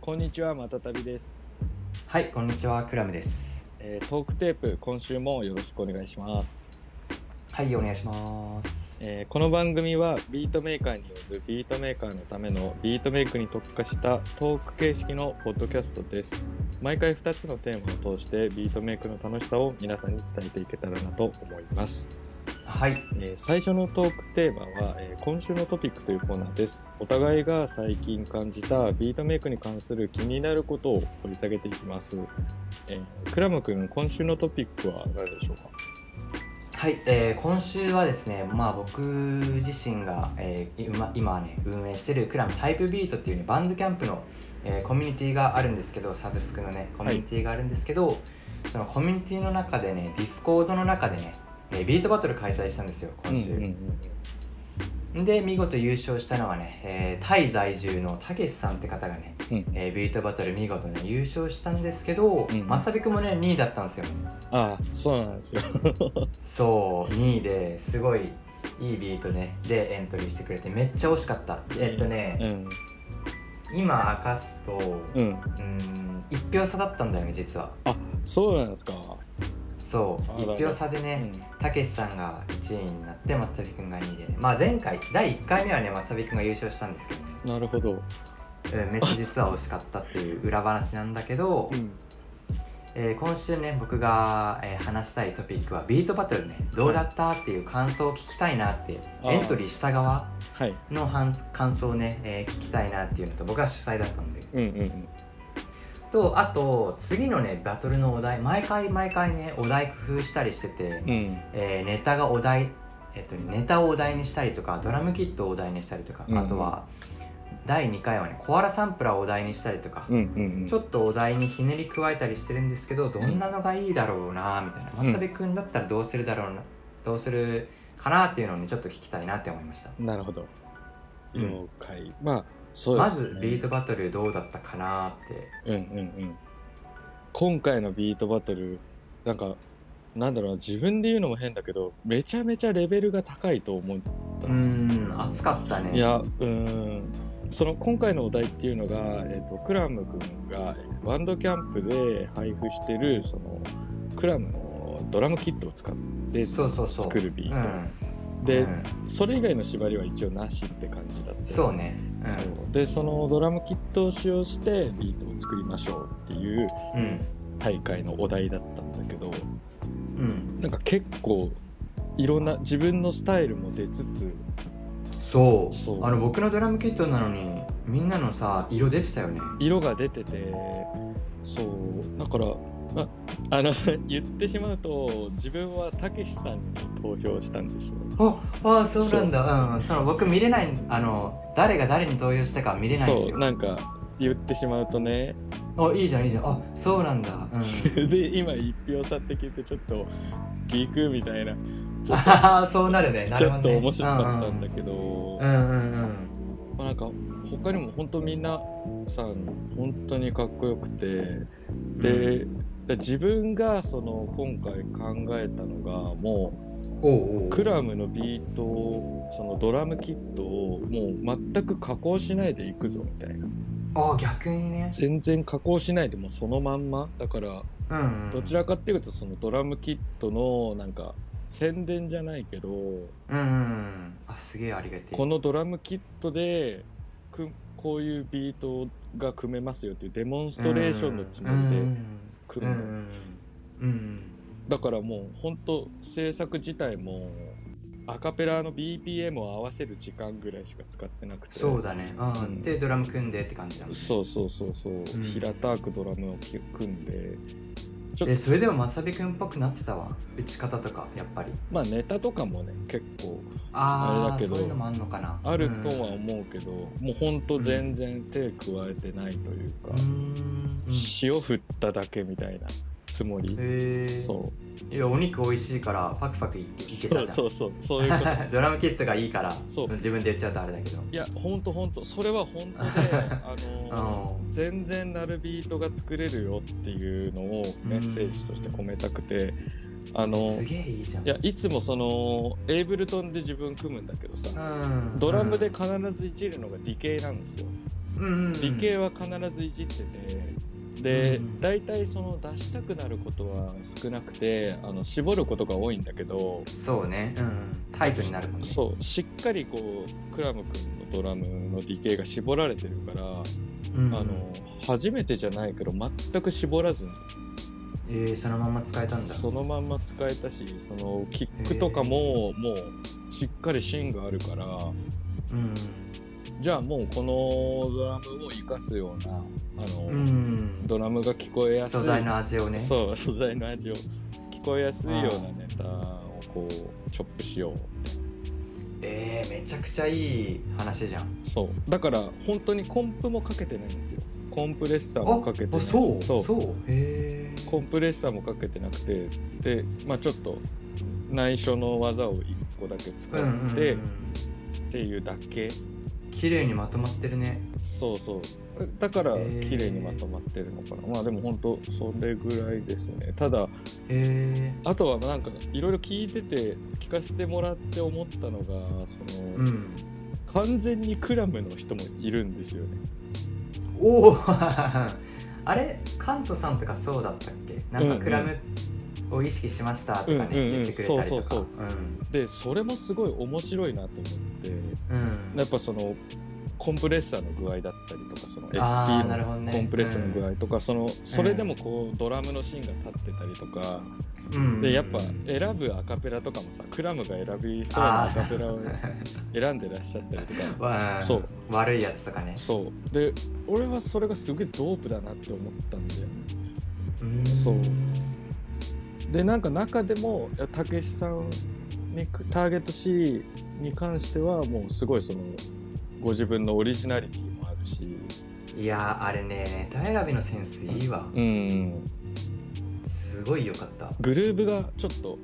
こんにちは、またたびです、はい、こんにちは、クラムです。えートークテープ、今週もよろしくお願いします。はい、お願いします。えーこの番組はビートメーカーによるビートメーカーのためのビートメイクに特化したトーク形式のポッドキャストです毎回2つのテーマを通してビートメイクの楽しさを皆さんに伝えていけたらなと思います、はい、えー最初のトークテーマは、えー今週のトピックというコーナーですお互いが最近感じたビートメイクに関する気になることを掘り下げていきます、えークラム君今週のトピックは何でしょうかはい、えー今週はですね、まあ僕自身が、えー今今ね運営してるクラムタイプビートっていうねバンドキャンプの、えーコミュニティがあるんですけど、サブスクのねコミュニティがあるんですけど、そのコミュニティの中でね、ディスコードの中でね、えービートバトル開催したんですよ、今週。うんうんうんで見事優勝したのはね、えータイ在住のたけしさんって方がね、うんえービートバトル見事ね優勝したんですけど、うんまさびくんもね2位だったんですよああそうなんですよそう2位ですごいいいビートねでエントリーしてくれてめっちゃ惜しかったえっとうね、ん今明かすとううん、ーん1票差だったんだよね実はあそうなんですか、そうあらら1票差でうね、んたけしさんが1位になってまさびくんが2位でねまあ前回第1回目はねまさびくんが優勝したんですけどねなるほど、うんめっちゃ実は惜しかったっていう裏話なんだけど、ん、えー今週ね僕が、えー話したいトピックはビートバトルねどうだったっていう感想を聞きたいなってあーエントリーした側はいのはん感想をね、えー聞きたいなっていうのと僕が主催だったんでうんうんとあと次のねバトルのお題毎回毎回ねお題工夫したりしてて、うんうんえーネタがお題えっとねネタをお題にしたりとかドラムキットをお題にしたりとか、うんあとは第2回はねコアラサンプラーをお題にしたりとか、うんうんうんちょっとお題にひねり加えたりしてるんですけどどんなのがいいだろうなみたいなうん渡辺君だったらどうするだろうなどうするかなっていうのをねちょっと聞きたいなって思いましたなるほどうん了解、まあそうで、ますね、ずビートバトルどうだったかなってうんうんうん今回のビートバトルなんかなんだろうな自分で言うのも変だけどめちゃめちゃレベルが高いと思ったうっすーん熱かったねいやうーんその今回のお題っていうのが、えー、とクラム君がえーバンドキャンプで配布してるそのクラムのドラムキットを使ってそうそうそう作るビうート、んで、うんそれ以外の縛りは一応なしって感じだったそうねそうでそのドラムキットを使用してビートを作りましょうっていううんうん大会のお題だったんだけどうんなんか結構いろんな自分のスタイルも出つつそうそうあの僕のドラムキットなのにみんなのさ色出てたよね色が出ててそうだからああの 言ってしまうと自分はたけしさんに投票したんですよああそうなんだうんうんその僕見れないあの誰が誰に投票したかは見れないんですそうよなんか言ってしまうとね あいいじゃんいいじゃんあそうなんだ、うん、で今一票差って聞いてちょっとギクみたいなちょっとああ そうなるねなちるょほっどとね面白かったんだけど、うんうんうんまあ、なんか他にも本当みんなさん本当にかっこよくてうんでうん、で自分がその今回考えたのがもおうおううクラムのビートをそのドラムキットをもう全く加工しないでいくぞみたいなあ逆にね全然加工しないでもうそのまんまだからうんうんどちらかっていうとそのドラムキットのなんか宣伝じゃないけどうんうんうんあすげえありがてえこのドラムキットでくこういうビートが組めますよっていうデモンストレーションのつもりで組むのうんうんうんうんだからもう本当制作自体もアカペラの BPM を合わせる時間ぐらいしか使ってなくてそうだねあうんでドラム組んでって感じだもんそうそうそうそう、平たくドラムをき組んでちょえそれでもまさびくんっぽくなってたわ打ち方とかやっぱりまあネタとかもね結構あれだああけどそういうのもあんのかなあるとはうん思うけど、もう本当全然手加えてないというか、うん塩振っただけみたいなつもり、へえそういやお肉美味しいからパクパクいいけたじゃんそうそうそうそういうこと ドラムキットがいいからそう自分で言っちゃうとあれだけどいやほんとほんとそれは 本当であのうん全然なるビートが作れるよっていうのをメッセージとして込めたくてあのすげえいいじゃんいやいつもそのエイブルトンで自分組むんだけどさうんドラムで必ずいじるのがディケイなんですようんうんうん理系は必ずいじっててでうん大体その出したくなることは少なくてあの絞ることが多いんだけどそうね、うんうん、タイトになるもんねそうしっかりこうクラム君のドラムの理系が絞られてるから、うんうんあの初めてじゃないけど全く絞らずにえーそのまま使えたんだそのまんま使えたしそのキックとかももうしっかり芯があるからうんじゃあもうこのドラムを生かすようなあの、うん、うん、ドラムが聞こえやすい素材の味をねそう素材の味を聞こえやすいようなネタをこうチョップしようえー、めちゃくちゃいい話じゃんそうだから本当にコンプもかけてないんですよコンプレッサーもかけてないあしそうそうそうへえコンプレッサーもかけてなくてでまあちょっと内緒の技を1個だけ使うんうんっうてっんていうだけ、綺麗にまとまってるねそうそうだからへー綺麗にまとまってるのかなまあでも本当それぐらいですねただへあとはなんかいろいろ聞いてて聞かせてもらって思ったのがその、えうん完全にクラムの人もいるんですよねおお あれカントさんとかそうだったっけなんうんうかんクラムを意識しましたとかね、うんうんうん言ってくれたりとかそうそうそううんでそれもすごい面白いなと思ってうんやっぱそのコンプレッサーの具合だったりとかそのあー SP なるほどのねコンプレッサーの具合とか、そのそれでもこうドラムの芯が立ってたりとか、うんでやっぱ選ぶアカペラとかもさクラムが選びそうなアカペラを選んでらっしゃったりとか わあそう悪いやつとかねそうで俺はそれがすごいドープだなって思ったんだよねうんそうでなんか中でもいやたけしさんにくターゲット C に関してはもうすごいそのご自分のオリジナリティもあるしいやーあれねネタ選びのセンスいいわうんすごいよかったグルーブがちょっと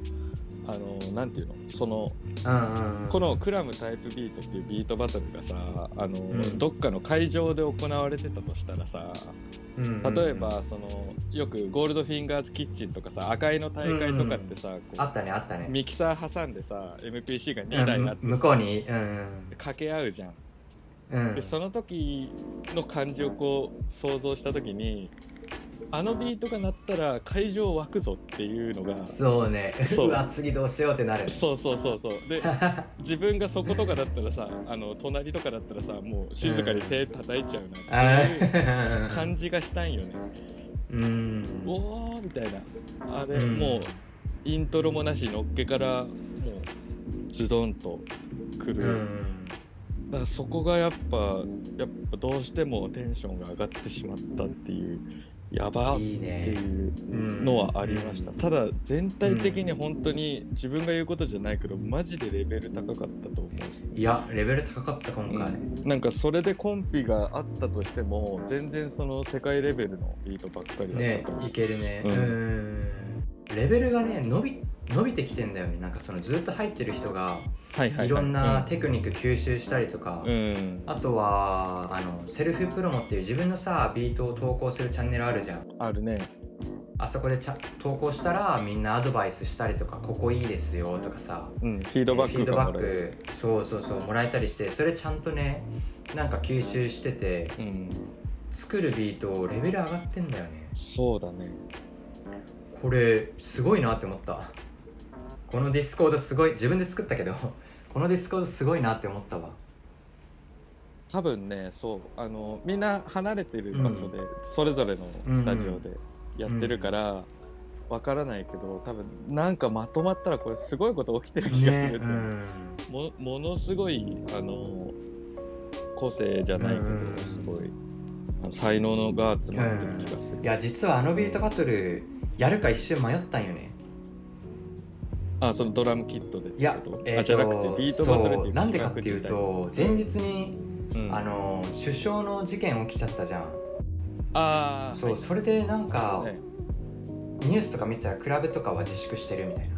あのなんていうのそのうんうんうんこのクラムタイプビートっていうビートバトルがさあの、んどっかの会場で行われてたとしたらさうんうんうん例えばそのよくゴールドフィンガーズキッチンとかさ赤いの大会とかってさ、こうあったねあったねミキサー挟んでさ MPC が2台あってうん向こうにうん掛け合うじゃん。うんでその時の感じをこう想像した時にあのビートが鳴ったら会場湧くぞっていうのがそうねそうわ次どうしようってなる そうそうそうそうで自分がそことかだったらさあの隣とかだったらさもう静かに手叩いちゃうあなっていうー感じがしたんよね。うんうおーみたいなあれ、うんもうイントロもなしのっけからもうズドンとくうる、んだからそこがやっぱやっぱどうしてもテンションが上がってしまったっていうやばっいいてねいううんのはありました、うんただ全体的に本当に自分が言うことじゃないけどマジでレベル高かったと思うしいやレベル高かった今回なんかそれでコンピがあったとしても全然その世界レベルのビートばっかりだったねと思う、いけるねううんんレベルがね伸び伸びてきてんだよねなんかそのずっと入ってる人がはいはいはいいろんなテクニック吸収したりとかうん、うんあとはあのセルフプロモっていう自分のさビートを投稿するチャンネルあるじゃんあるねあそこでちゃ投稿したらみんなアドバイスしたりとかここいいですよとかさうん、フィードバッフィクードがバもッらえる、クそうそうそうもらえたりしてそれちゃんとねなんか吸収しててうん、作るビートレベル上がってんだよねそうだねこれすごいなって思ったこのディスコードすごい自分で作ったけどこのディスコードすごいなって思ったわ多分ねそうあのみんな離れてる場所で、それぞれのスタジオでやってるから、わからないけど多分なんかまとまったらこれすごいこと起きてる気がするんだようんもものすごいあの個性じゃないけど、うんすごいあの才能のが詰まってる気がする、いや実はあのビートバトルやるか一瞬迷ったんよねあそのドラムキットでっいてやこと、えーあとじゃなくてビートバトルってそいううなん企で画かってい自う体と前日に、うんあの首相の事件起きちゃったじゃんあーそう、はいそれでなんか、はいニュースとか見てたらクラブとかは自粛してるみたいな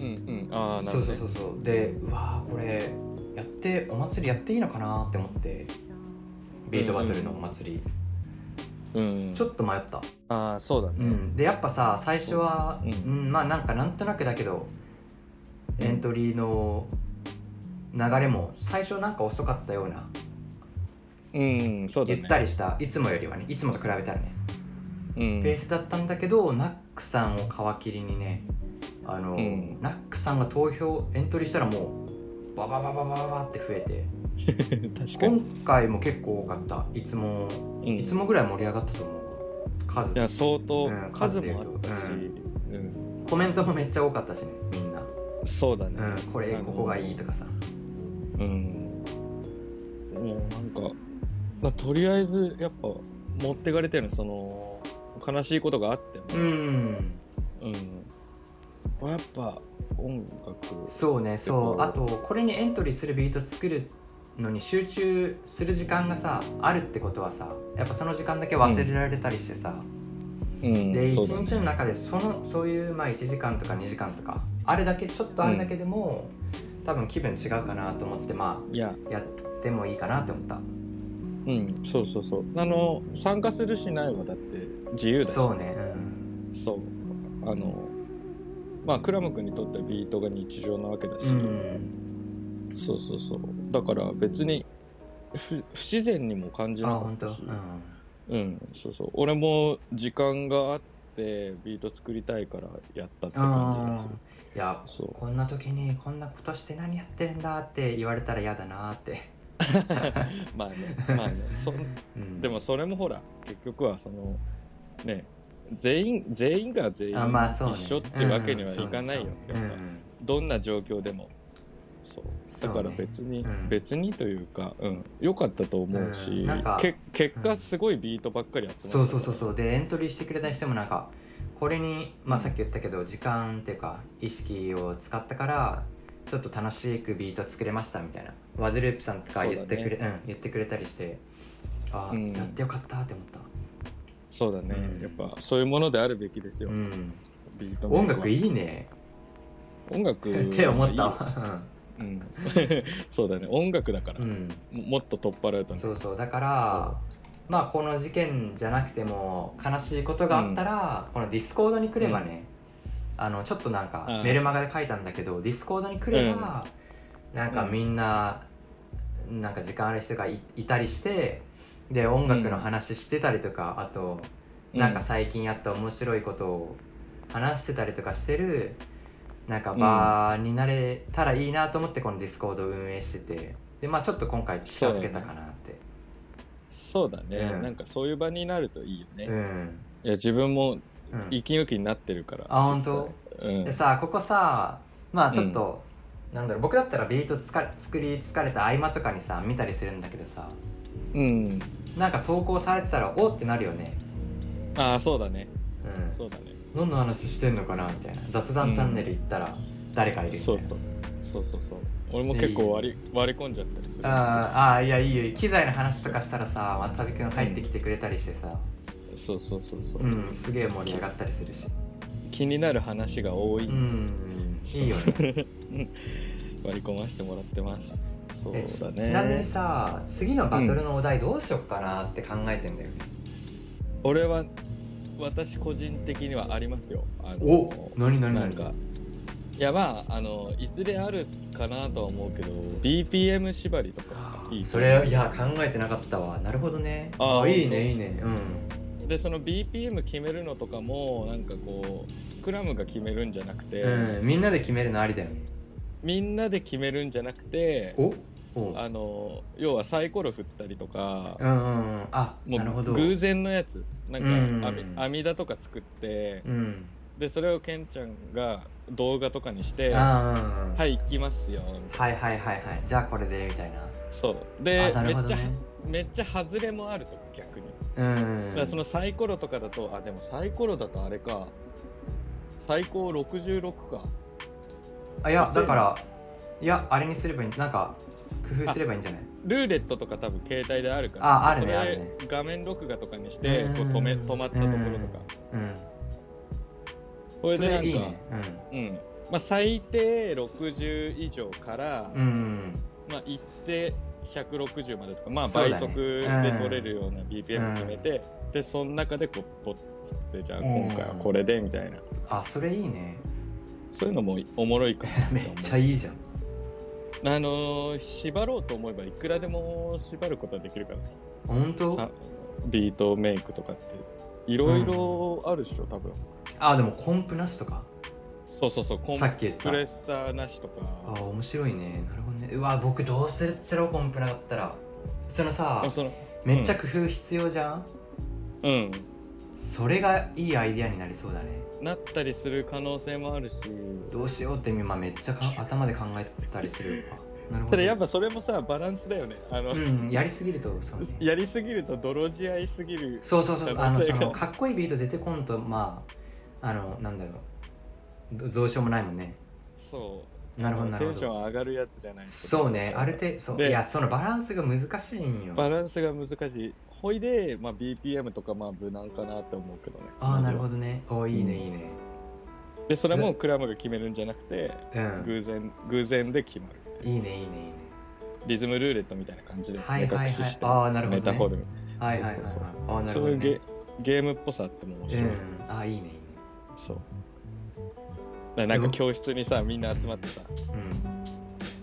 うんうんああなそるうほどそうねそうそうでうわーこれやってお祭りやっていいのかなって思ってビートバトルのお祭うり、んちょっと迷った、ああそうだね、うん、でやっぱさ最初は、そうううんんまあなんかなんとなくだけどエントリーの流れも最初なんか遅かったようなうん、そうだゆねっ。たりした、いつもよりはねいつもと比べたらねうんペースだったんだけど、ナックさんを皮切りにねあの、うんナックさんが投票エントリーしたらもうバババババババって増えて 確かに今。回も結構多かったいつもうんいつもぐらい盛り上がったと思う数いや相当うん数もあったし、数でうんコメントもめっちゃ多かったしねみんな、そうだね、うん、これあのここがいいとかさうんもうなんか、まあ、とりあえずやっぱ持ってかれてるその悲しいことがあってもう、んうんやっぱ音楽そうねそ結う構あとこれにエントリーするビート作るのに集中する時間がさあるってことはさやっぱその時間だけ忘れられたりしてさ、うんでそ一うだね日の中でそのそういうまあ1時間とか2時間とかあるだけちょっとあるだけでも、多分気分違うかなと思ってまいやあやってもいいかなって思ったうんそうそうそうあの参加するしないはだって自由だしそうね、うんそうあのまあクラム君にとってはビートが日常なわけだし、うん、そうそうそうだから別に不不自然にも感じあなか本っ当、たうんし、うん、そうそう俺も時間があってビート作りたいからやったって感じだしあーいやそうこんな時にこんなことして何やってるんだって言われたら嫌だなって、 まあねまあねそうん、でもそれもほら結局はそのね全員全員が全員あまあそうね一緒ってわけにはいかないよ、うんそうやねっぱどんな状況でもそうだから別に、うん別にというか、うん、良かったと思うし、うんなんかけ結う果んすごいビートばっかり集まったそうそうそうそうでエントリーしてくれた人もなんかこれに、まあ、さっき言ったけど時間っていうか意識を使ったからちょっと楽しくビート作れましたみたいなワズループさんとか言ってくれう、ん、言ってくれたりしてああ、うんやってよかったって思った、そうだね、うんやっぱそういうものであるべきですよ、うん、ビートメイ音クは楽いいね音楽 って思ったいいわうん そうだね音楽だから、うもんもっと取っ払うとねそうそうだからまあこの事件じゃなくても悲しいことがあったら、このディスコードに来ればね、あのちょっとなんあかーメルマガで書いたんだけどディスコードに来れば、なんかみんな、なんか時間ある人がいいたりしてで音楽の話してたりとか、あとうなんか最近やった面白いことを話してたりとかしてるなんか場になれたらいいなと思ってこのディスコードを運営しててでまあちょっと今回近づけたかなってそうだね、うんなんかそういう場になるといいよね、ういん、や自分もうん、息抜きになってるから、あ実際本うんでさここさまあちょっと、なんだろう僕だったらビートつか作り疲れた合間とかにさ見たりするんだけどさうん、なんか投稿されてたらおってなるよね、ああそうだねうん、そうだねどんな話してんのかなみたいな雑談チャンネル行ったら誰かいるみたいな、そうそうそうそうそう俺も結構割り割り込んじゃったりするあーあーいやいいよいいよ機材の話とかしたらさ渡辺君入ってきてくれたりしてさ、そうそうそうそう、うん、すげえ盛り上がったりするし気になる話が多い、うんいそういよね割り込ませてもらってますそうえちだねちなみにさ次のバトルのお題どうしよっかなって考えてんだよね、俺は私個人的にはありますよあの何何なんかいやまああのいずれあるかなとは思うけど BPM 縛りとかいいそれいや考えてなかったわなるほどねあーいい本当ねいいねうんでその BPM 決めるのとかもなんかこうクラムが決めるんじゃなくて、うん、みんなで決めるのありだよねみんなで決めるんじゃなくておおあの要はサイコロ振ったりとかう、んうんうんあもなるほどう偶然のやつなんかうん網,、網だとか作ってうんでそれをケンちゃんが動画とかにして「はあーうんうんい行きますよ」みたいなはいはいはいはいじゃあこれでみたいなそうで、あなめるほっちどゃねめっちゃ外れもあるとか逆に、うんだからそのサイコロとかだとあでもサイコロだとあれか最高66かあいやだからいやあれにすればいいなんか工夫すればいいんじゃないルーレットとか多分携帯であるからああるねそあれるね画面録画とかにしてうんこう止め止まったところとかうんこそれでなんかいいねうんまあ、最低60以上から、うんうんまあ、一定160までとか、まあ、そ倍うだね速で取れるような BPM 決めて、でその中でこうポッつってじゃあ今回はこれでみたいな、あそれいいね そういうのもおもろいかなと思うめっちゃいいじゃんあのー縛ろうと思えばいくらでも縛ることはできるから本当さビートメイクとかっていろいろあるでしょ、多分あでもコンプなしとかそうそうそうコンさっき言ったプレッサーなしとかあー面白いねなるほどねうわ僕どうするっちゃろうコンプなかったらそのさあそのめっちゃ工夫必要じゃん、うんそれがいいアイディアになりそうだねなったりする可能性もあるしどうしようって今めっちゃか頭で考えたりするよなるほどただやっぱ それもさバランスだよねあの、うんやりすぎるとそう、ね、やりすぎると泥仕合いすぎるそうそうそうあ男の性そがのかっこいいビート出てこんとまああのなんだろうどどうしようもないもんねそうなるほどなるほテンショどン上がるやつじゃないそうねある程度そうでいやそのバランスが難しいんよバランスが難しいほいで、まあ、BPM とかまあ無難かなって思うけどねああなるほどどねおいいねうんいいねでそれもクラムが決めるんじゃなくてうん偶然偶然で決まるいいねいいねいいねリズムルーレットみたいな感じでは目いはいは隠いしして、ああなるほメどタねホルム、はいはいはいそうそはいうそうああなるそほういどうねゲゲームっぽさあっても面う白い、んああいいねいいねそうだからなんか教室にさみんな集まってさうん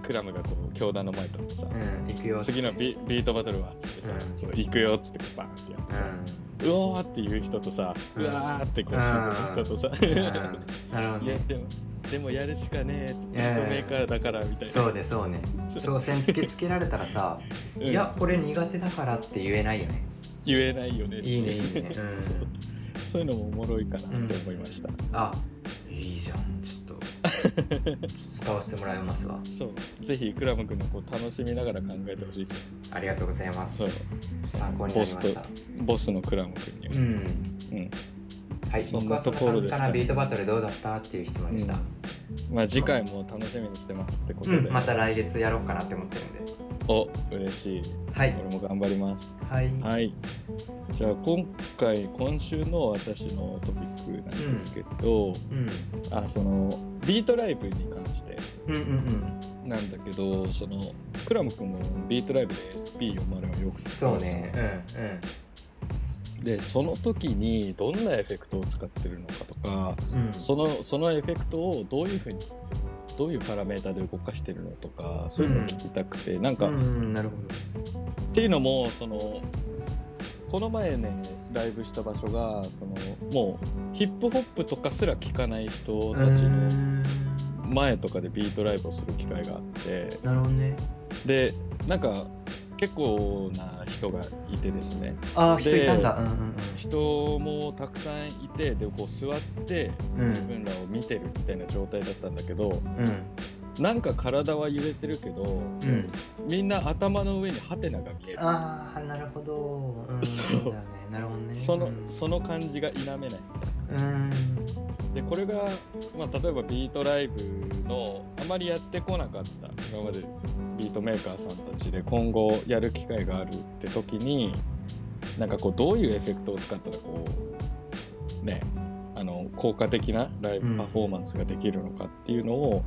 クラムがこう教団の前とってさ、うん行くよ次のビビートバトルはっつってさ、うんそう行くよっつってバーンってやってうさ、んうおーっていう人とさ、ううんわーってこう沈む人とさ、うんなるほ どいやねでもでもやるしかねえってビやートメーカーだからみたいな、そうねそうねそう挑戦つけつけられたらさうんいやこれ苦手だからって言えないよね言えないよねいいねいいねうんそう そういうのもおもろいかなって思いました、あいいじゃんちょっと 使わせてもらいますわそうぜひクラム君もこう楽しみながら考えてほしいですよありがとうございますそうそう参考になボりスまとしたボスのクラム君にはう、んうんはいそん僕なはとそころのですかね簡単なビートバトルどうだったっていう質問でしたまあ次回も楽しみにしてますってことうで、んまた来月やろうかなって思ってるんでお嬉しいはい俺も頑張りますはいはい。じゃあ今回今週の私のトピックなんですけど、うんあそのビートライブに関してうんうんうんなんだけどそのクラム君もビートライブで SP40 をよく使そうんうですねねうんうんでその時にどんなエフェクトを使ってるのかとかうんそのそのエフェクトをどういうふうにどういうパラメータで動かしてるのとかそういうのを聞きたくて、なんか、うんうんなるほどっていうのもそのこの前ねライブした場所がそのもうヒップホップとかすら聴かない人たちうーのん前とかでビートライブをする機会があってなるほどねでなんか結構な人がいてですねああで人いたんだうんうんうん人もたくさんいてでこう座ってうん自分らを見てるみたいな状態だったんだけど、うんなんか体は揺れてるけどうんみんな頭の上にハテナが見えるああなるほど、うん、そうだよねなるほどねそのうんその感じが否めない。うんでこれが、まあ、例えばビートライブのあまりやってこなかった今までビートメーカーさんたちで今後やる機会があるって時になんかこうどういうエフェクトを使ったらこうねあの効果的なライブパフォーマンスができるのかっていうのを、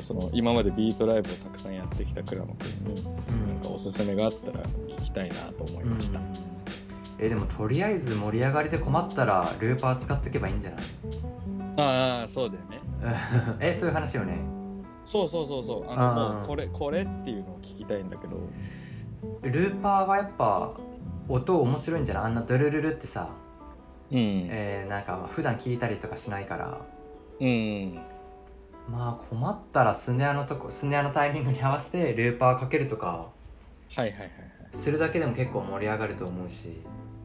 その今までビートライブをたくさんやってきた倉野君にうんなんかおすすめがあったら聞きたいなと思いました。うんえでもとりあえず盛り上がりで困ったらルーパー使っておけばいいんじゃ ないああそうだよね。うんえそういう話よねそうそうそうそうあのあーもうこれこれっていうのを聞きたいんだけど。ルーパーはやっぱ音面白いんじゃないあんなドゥルルルってさ、うんえーなんか普段聞いたりとかしないからうん、まあ困ったらスネアのとこスネアのタイミングに合わせてルーパーかけるとかはいはいはいはするだけでも結構盛り上がると思うし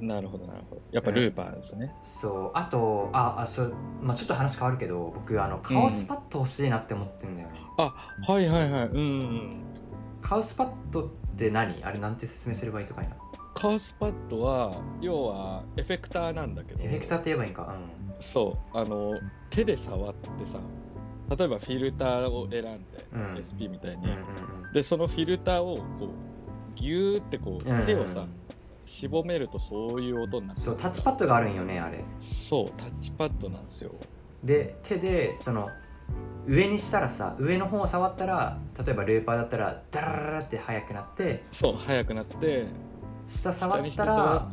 いなるほどなるほどやっぱルーパーですね、そうあとああそう、まあ、ちょっと話変わるけど僕あのカオスパッド欲しいなって思ってんだよね、あはいはいはいうんうんカオスパッドって何あれなんて説明すればいいとかいなカウスパッドは要はエフェクターなんだけどエフェクターって言えばいいんかそうあの手で触ってさ例えばフィルターを選んで、うん SP みたいうんに、うんうんでそのフィルターをこうギューってこう、うんうん手をさしぼめるとそういう音になるそうタッチパッドがあるんよねあれそうタッチパッドなんですよで手でその上にしたらさ上の方を触ったら例えばルーパーだったらダララララって速くなってそう速くなって下下触にっしてたたらら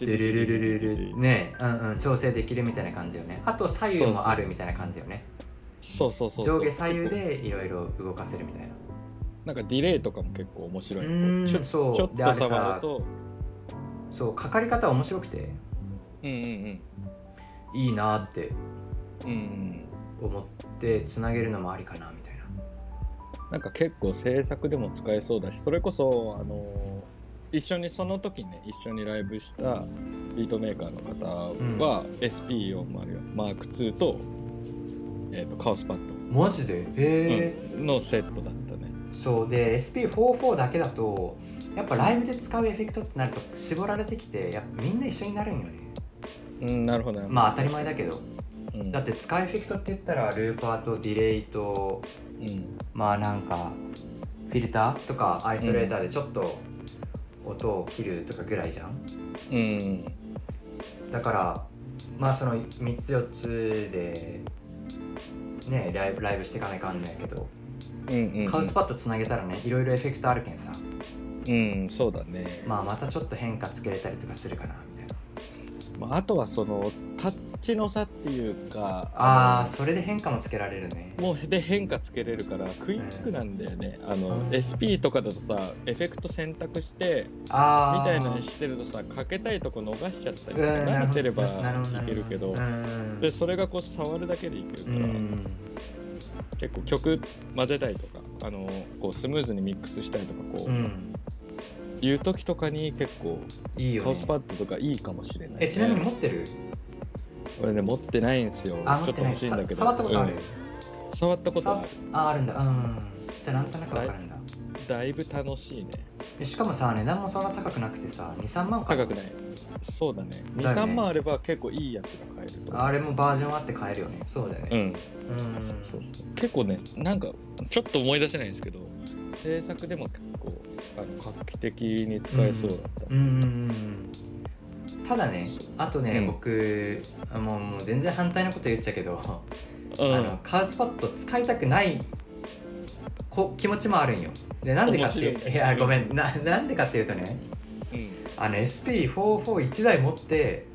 ドゥルルルルルルねうんうん調整できるみたいな感じよねあと左右もあるみたいな感じよねそうそうそうそう上下左右でいろいろ動かせるみたいななんかディレイとかも結構面白いうんのちょちそょうっであとれさ触るとそうかかり方面白くてうんうんいいなってうんうんうん思ってつなげるのもありかなみたいななんか結構制作でも使えそうだしそれこそあの一緒にその時ね一緒にライブしたビートメーカーの方は SP404 マーク2と,、えー、とカオスパッド、マジでへえうんのセットだったねそうで SP44 だけだとやっぱライブで使うエフェクトってなると絞られてきてやっぱみんな一緒になるんよねうんなるほどなるほどまあ当たり前だけどうんだって使うエフェクトって言ったらルーパーとディレイとうんまあなんかフィルターとかアイソレーターでちょっと音を切るとかぐらいじゃんうんだからまあその3つ4つでねライブライブしていかないかんないけど、うんうんカウスパッドつなげたらねいろいろエフェクトあるけんさうんそうだね、まあまたちょっと変化つけれたりとかするかなみたいなまあ、あとはそのタッチの差っていうかああのーそれで変化もつけられるねもうで変化つけれるからクイックなんだよね、あの SP とかだとさエフェクト選択してああみたいなのにしてるとさかけたいとこ逃しちゃったりうとんかな慣れるほどてればなるほないけるけどうんでそれがこう触るだけでいけるうから、ん結構曲混ぜたいとかあのこうスムーズにミックスしたいとかこう、うんいう時とかに結構いいよ、カねウス、パッドとかいいかもしれない、ね、えちなみに持ってる俺ね持ってないんですよちあ持ょっってとな欲いしいんだけどさ触ったことある、うん触ったことあるああるんだうんじゃあなんとなくわかるんだだいぶ楽しいねでしかもさ値段もそんな高くなくてさ23万か高くないそうだねだよね23万あれば結構いいやつが買えると思うあれもバージョンあって買えるよねそうだようねんうんそうそうそう結構ねなんかちょっと思い出せないんですけど制作でも結構あの画期的に使えそうだった、うんうんうんただねそうあとね、うん僕あもうもう全然反対のこと言っちゃうけど、うんあのカウスパッド使いたくないこ気持ちもあるんよでなんでかってい面白ういいやごめんななんでかっていうとねあの SP441 台持って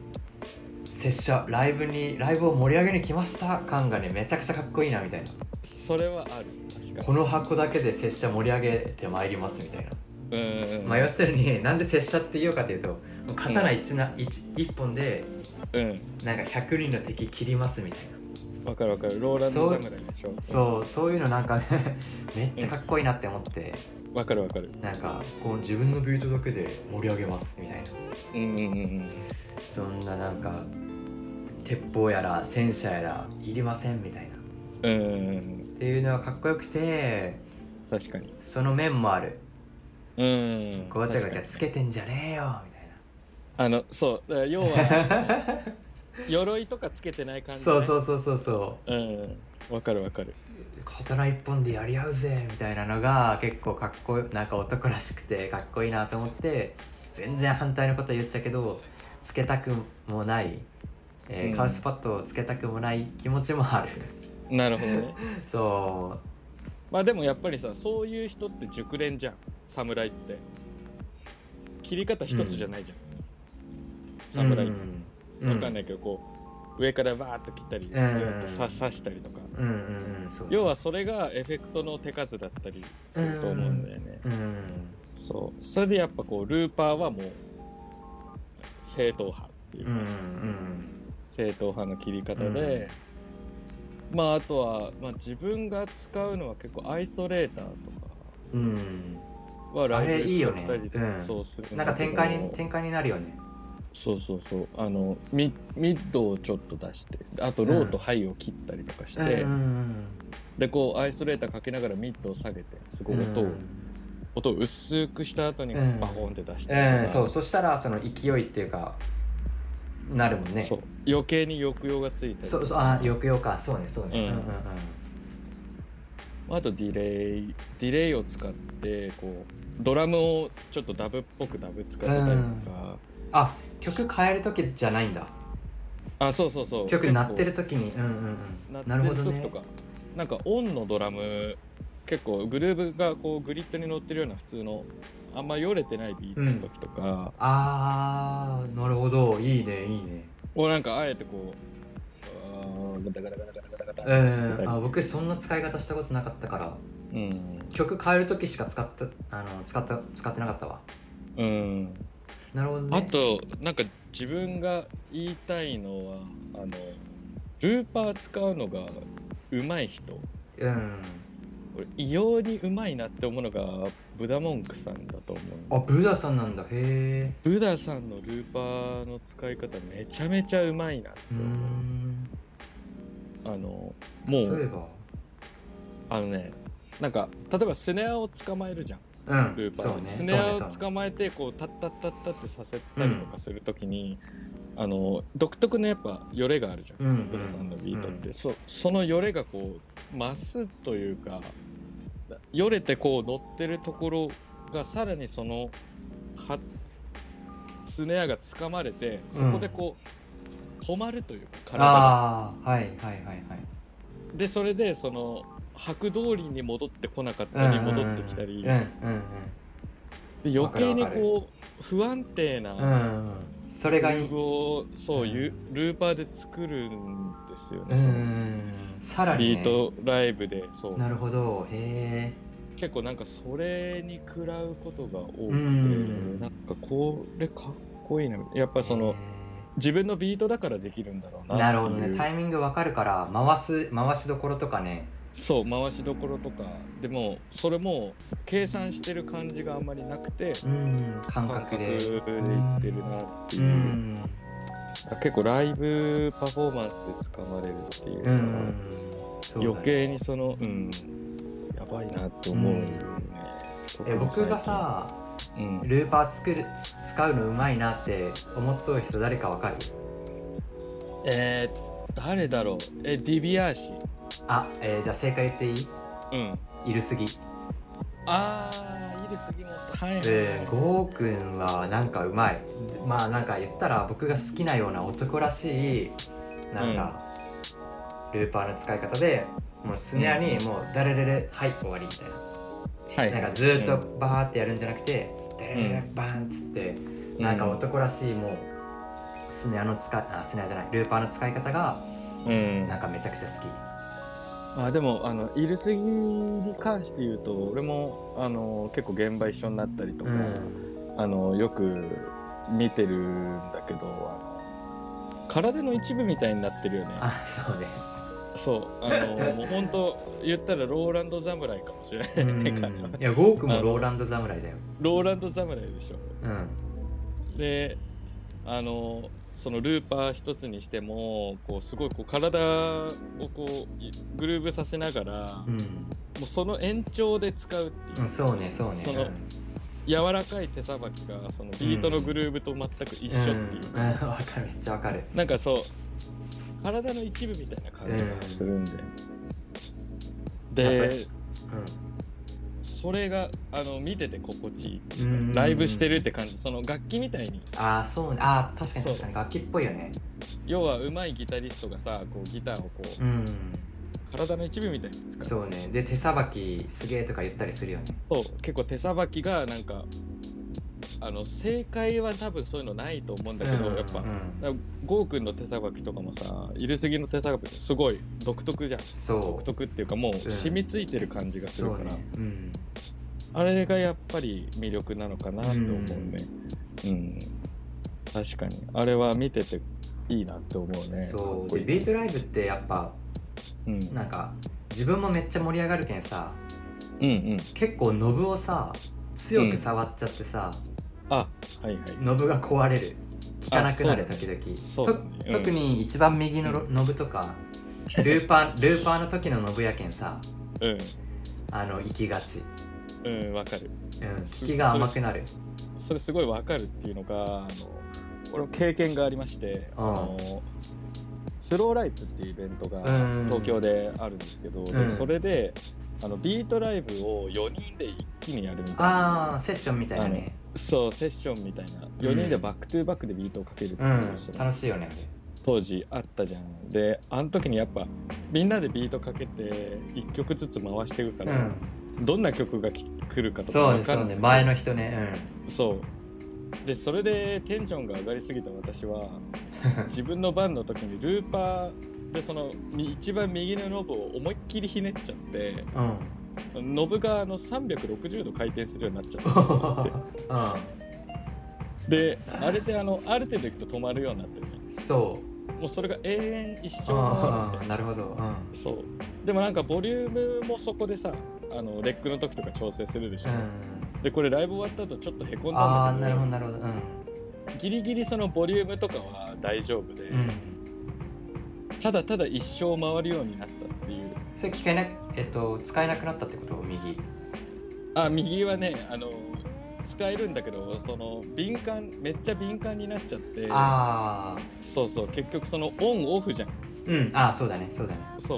拙者ライブにライブを盛り上げに来ました感がねめちゃくちゃかっこいいなみたいなそれはある確かにこの箱だけで拙者盛り上げてまいりますみたいな、うんうんまあ要するになんで拙者って言おうかというともう刀一な一一本でうんなんか100人の敵切りますみたいなわかるわかるローランド侍でしょそうそういうのなんか ねめっちゃかっこいいなって思ってわかるわかるなんかこう自分のビートだけで盛り上げますみたいなうんうんうんうんそんななんか鉄砲やら戦車やらいりませんみたいなっうんうんうんていうのがかっこよくて確かにその面もあるうんごちゃごちゃつ確けかにてんじゃねえよみたいなあのそうだから要はその 鎧とかつけてない感じ、ね、そうそうそうそうそうんわかるわかるう刀一本でやり合うぜみたいなのが結構かっこよなんか男らしくてかっこいいなと思って全然反対のこと言っちゃうけどつけたくもない、えーうんカウスパッドをつけたくもない気持ちも あるなるほどねそまあでもやっぱりさそういう人って熟練じゃん侍って切り方一つじゃないじゃん、う侍、うんわかんないけどこう上からバーッと切ったりずうんっとさ刺したりとかうんうんうんそう要はそれがエフェクトの手数だったりすると思うんだよね、うんそうそれでやっぱこうルーパーはもう正統派っていううか、んうん正統派の切り方で、まああとは、まあ、自分が使うのは結構アイソレーターとかうんはライブあれいいでよ使ねったりとうかんそうするなんか展開に展開になるよねそうそうそうあのミミッドをちょっと出してあとローとハイを切ったりとかして、うんうんでこうアイソレーターかけながらミッドを下げてすごうんい音を、うん音を薄くした後にうんバコーンって出してうんそうそしたらその勢いっていうかなるもんねそう余計に抑揚がついたりそうそうあ抑揚かそうねそうねうんうんうんうんあとディレイディレイを使ってこうドラムをちょっとダブっぽくダブつかせたりとか、あ曲変える時じゃないんだあそうそうそう曲鳴ってる結時にうんうんう構ん鳴ってる時とか、なんかオンのドラム結構グルーブがこうグリッドに乗ってるような普通のあんまよれてないビートの時とか、あーなるほどいいねいいねをなんかあえてこうあーガタガタガタガタガタガタうってさせたんりあ僕そんな使い方したことなかったからううん曲変える時しか使ったあの使った使ってなかったわうんなるほどねあとなんか自分が言いたいのはあのルーパー使うのが上手い人うん俺異様に上手いなって思うのがブダモンクさんだと思うあブダさんなんだへえブダさんのルーパーの使い方めちゃめちゃ上手いなってう思ーうんあの例もえうばあのねなんか例えばスネアを捕まえるじゃんうんルーパーそに、うねスネアをそうねそうね捕まえてこうタッタッタッタってさせたりとかするときに、あの独特のやっぱよれがあるじゃん、うんブダさんのビートって、うんそそのよれがこう増すというかよれてこう乗ってるところがさらにそのはスネアが掴まれてそこでこう、止まるというか体がああはいはいはいはいでそれでその白通りに戻ってこなかったり戻ってきたり、うんうんうんで余計にわかるこう不安定な、うんうんうんそれがいルいーブをそううんゆルーパーで作るんですようね、そのんさらに、ビね、ートライブでそうなるほどへ結構なんかそれに食らうことが多くて、うんなんかこれかっこいいなやっぱえりそのへ自分のビートだからできるんだろうーななるほどっていうねタイミングわかるから回す回しどころとかねそう回しどころとかでもそれも計算してる感じがあんまりなくてうん感感覚覚ででいってるなっていうう、ん結構ライブパフォーマンスで使われるっていうのうが、んそうだね余計にそのうんやばいなって思う、ね特えに最近僕がさうん、ルーパー作るつ使うのうまいなって思っとる人誰かわかるえー、誰だろうえディビアーシあ、えーじゃあ正解言っていいうんいるすぎあーイルスギもはいはい、でゴーくんはなんかうまいまあなんか言ったら僕が好きなような男らしいなんか、ルーパーの使い方でもうスネアにもうダレレレはい終わりみたいなはいなんかずーっとバーってやるんじゃなくて、ダレレレバーンっつって、うんなんか男らしいもうスネアの使いあスネアじゃないルーパーの使い方がうんなんかめちゃくちゃ好きまあでもあのイルスギに関して言うと俺もあの結構現場一緒になったりとか、うんあのよく見てるんだけどあの体の一部みたいになってるよねあそうねそうあのもう本当言ったらローランド侍かもしれない、うんいやゴーくんもローランド侍だよローランド侍でしょうんであのそのルーパー一つにしてもこうすごいこう体をこういグルーブさせながらもうんうその延長で使うってういんうそうねそうねそのうん柔らかい手さばきがそのビートのグルーブと全く一緒っていううんか、うんわかるめっちゃわかるなんかそう体の一部みたいな感じがするんで、やっぱでりそれがあの見てて心地いいうんうんうんライブしてるって感じその楽器みたいにああそうねああ確かにそう確かに楽器っぽいよね要は上手いギタリストがさこうギターをこううん体の一部みたいに使うそうねで手さばきすげえとか言ったりするよねと結構手さばきがなんかあの正解は多分そういうのないと思うんだけど、うんやっぱ。うんだからゴーくんの手さばきとかもさ入れすぎの手さばきすごい独特じゃんそ独う特っていうかもう染みついてる感じがするそかうら、ねうんあれがやっぱり魅力なのかなと思うねうん、確かにあれは見てていいなって思うねかそっうこいでいビートライブってやっぱうん、なんか自分もめっちゃ盛り上がるけんさうんうん結構ノブをさ強く触っちゃってさ、あはいはいノブが壊れる汚くなるあそう時々そうだねとうん特に一番右のロノブとかルーパールーパーの時のノブやけんさあの行きがち、うんうんわかるうん、す引きが甘くなるそれすごいわかるっていうのがあの俺も経験がありましてあうんのスローライツっていうイベントがうん東京であるんですけど、でうんそれであのビートライブを4人で一気にやるみたいなああセッションみたいなねそうセッションみたいな4人でバックトゥーバックでビートをかけるっていううのんがその楽しいよね当時あったじゃんであの時にやっぱみんなでビートかけて1曲ずつ回していくかうら、んどんな曲がき来るかとかそうわねかそうんねない前の人ねそうでそれでテンションが上がりすぎた私は自分の番の時にルーパーでそのみ一番右のノブを思いっきりひねっちゃって うんうんノブがあの360度回転するようになっちゃうっ んたであれであのある程度いくと止まるようになってるじゃそんもうそれが永遠一う生のあーなるほどうんそうでもなんかボリュームもそこでさあのレックの時とか調整するでしょ、うんでこれライブ終わった後ちょっとへこんあだあんだけなるどほどなるほどうんギリギリそのボリュームとかは大丈夫で、うんただただ一生回るようになったっていうそれ聞けなえっと使えなくなったってこと右あ右はねあの使えるんだけどその敏感めっちゃ敏感になっちゃってああそうそう結局そのオンオフじゃんうんああそうだねそうだねそ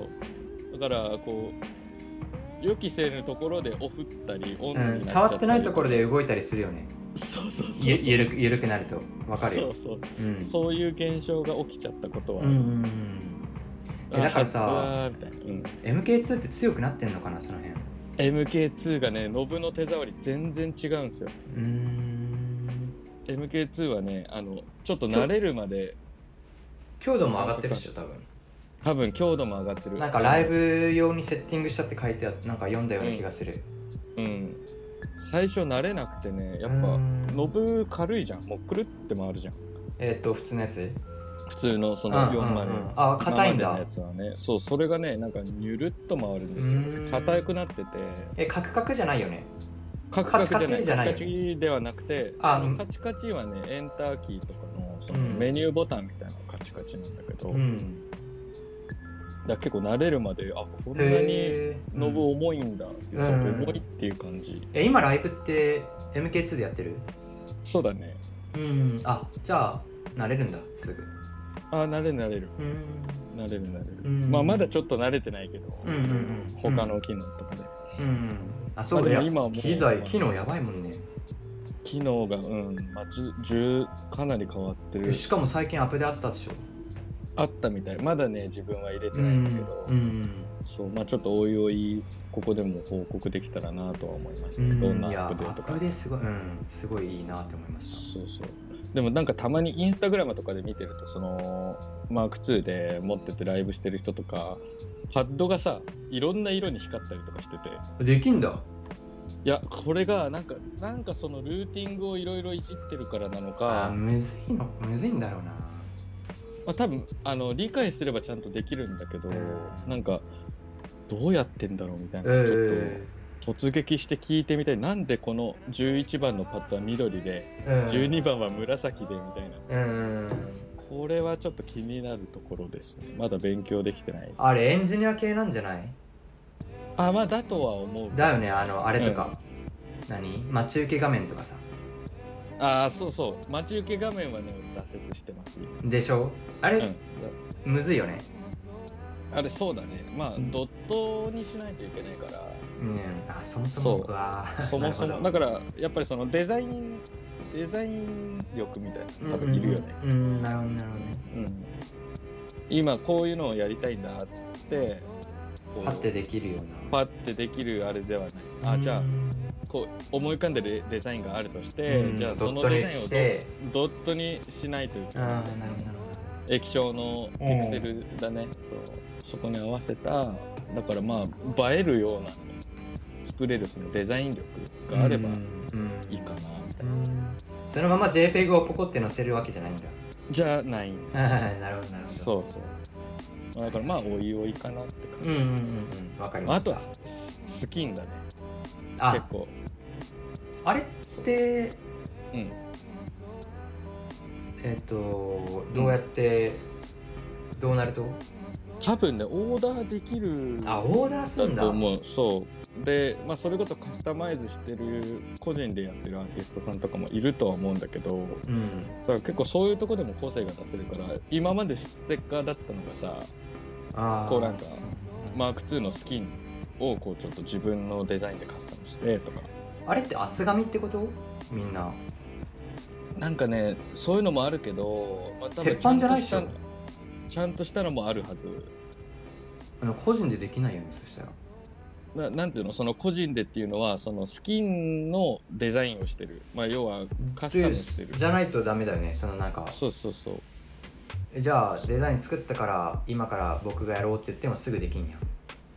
うだからこう予期せぬところでオフったりオンにうなっんちゃ触ったり、ってないところで動いたりするよねそうそうそうそうゆゆるくゆるくなるとわかるよそうそううんそういう現象が起きちゃったことは、うんうんうんえあだからさハッカーみたいな、うん、 MK2 って強くなってんのかなその辺う MK2 がねノブの手触り全然違うんですよーん MK2 はねあのちょっと慣れるまで強度も上がってるっしょ多分多分強度も上がってるなんかライブ用にセッティングしたって書いてあってなんか読んだような気がする、うん最初慣れなくてねやっうぱんノブ軽いじゃんもうくるって回るじゃんえっ、と普通のやつ普通のそうんのうんうん40あ硬いん今までのだやつはねそうそれがねなんかニュルっと回るんですようん硬くなっててえカクカクじゃないよねカクカクじゃないカチカチじゃカないチよカチではなくてあそうんのカチカチはねエンターキーとかのそのうんメニューボタンみたいなのカチカチなんだけど、うだかんら結構慣れるまであこんなにへーノブうん重いんだっていう、そううん重いっていう感じえ今ライブって MK2 でやってるそうだねうんあじゃあ慣れるんだすぐあ慣れる慣れるうん慣れる慣れる、うんまあまだちょっと慣れてないけど、うんうんうん他の機能とかで、うんうんあそうだまあよでも今はもう機材機能やばいもんね機能がうん、まあ、じゅじゅかなり変わってるしかも最近アップであったでしょあったみたいまだね自分は入れてうないんだんけど、うんそうまあちょっとおいおいここでも報告できたらなとは思いますうね、んどんいなやアアップデートッかプですごいうんすごいいいなって思いましそうそうでもなんかたまにインスタグラムとかで見てるとそのマーク2で持っててライブしてる人とかパッドがさいろんな色に光ったりとかしててたできんだいやこれがなんかなんかそのルーティングをいろいろいじってるからなのあかむずいのむずいんだろうなまあ、多分あの理解すればちゃんとできるんだけど、うんなんかどうやってんだろうみたいな、ちょっえと突撃して聞いてみたいなんでこの11番のパッドは緑で、えうん12番は紫でみたいなうんこれはちょっと気になるところですねまだ勉強できてないですあれエンジニア系なんじゃないあまあだとは思うだよねあのあれとか何待ち受け画面とかさああそうそう待ち受け画面はね挫折してます、うん、でしょあれざむずいよねあれそうだねまあうんドットにしないといけないからうんあそもそもそうわ あそもそもなだるからやっぱりそのデザインデザイン力みたいほなど多分いるよね、うんうんうんなるほどなるほどねうん今こういうのをやりたいんだっつってこうパッてできるようなパッてできるあれではないあじゃあこう思い浮かんでるデザインがあるとして、うんじゃあそのドットにデザインをしてドドットにしないといけうんなないるほどなるほ液晶のピクセルだね、そうそこに合わせただからまあ映えるような作れるそのデザイン力どがあればうんいいかなみたいな、うんそのまま JPEG をポコって載せるわけじゃないんだじゃないんですよなるほどなるほど そうそう。まあだからまあおいおいかなって感うじ。んうんうんうんわかりまあまあすとはスススキンだね。結あ構。あれっそうてうん。えっとどうやってどうなると多分ねオーダーできるあオーダーすんだと思う。そう。でまあそれこそカスタマイズしてる個人でやってるアーティストさんとかもいるとは思うんだけど、うんさ結構そういうとこでも個性が出せるから今までステッカーだったのがさあーこうなんかそうマーク2のスキンをこうちょっと自分のデザインでカスタムしてとかあれって厚紙ってことみんななんかねそういうのもあるけど、まあ、多分鉄板じゃないっしょちゃんとしたちゃんとしたのもあるはずあの個人でできないよねそしたらななんていうのその個人でっていうのはそのスキンのデザインをしてる、まあ、要はカスタムしてるでじゃないとダメだよねそのなんかそうそうそうえじゃあデザイン作ったから今から僕がやろうって言ってもすぐできんや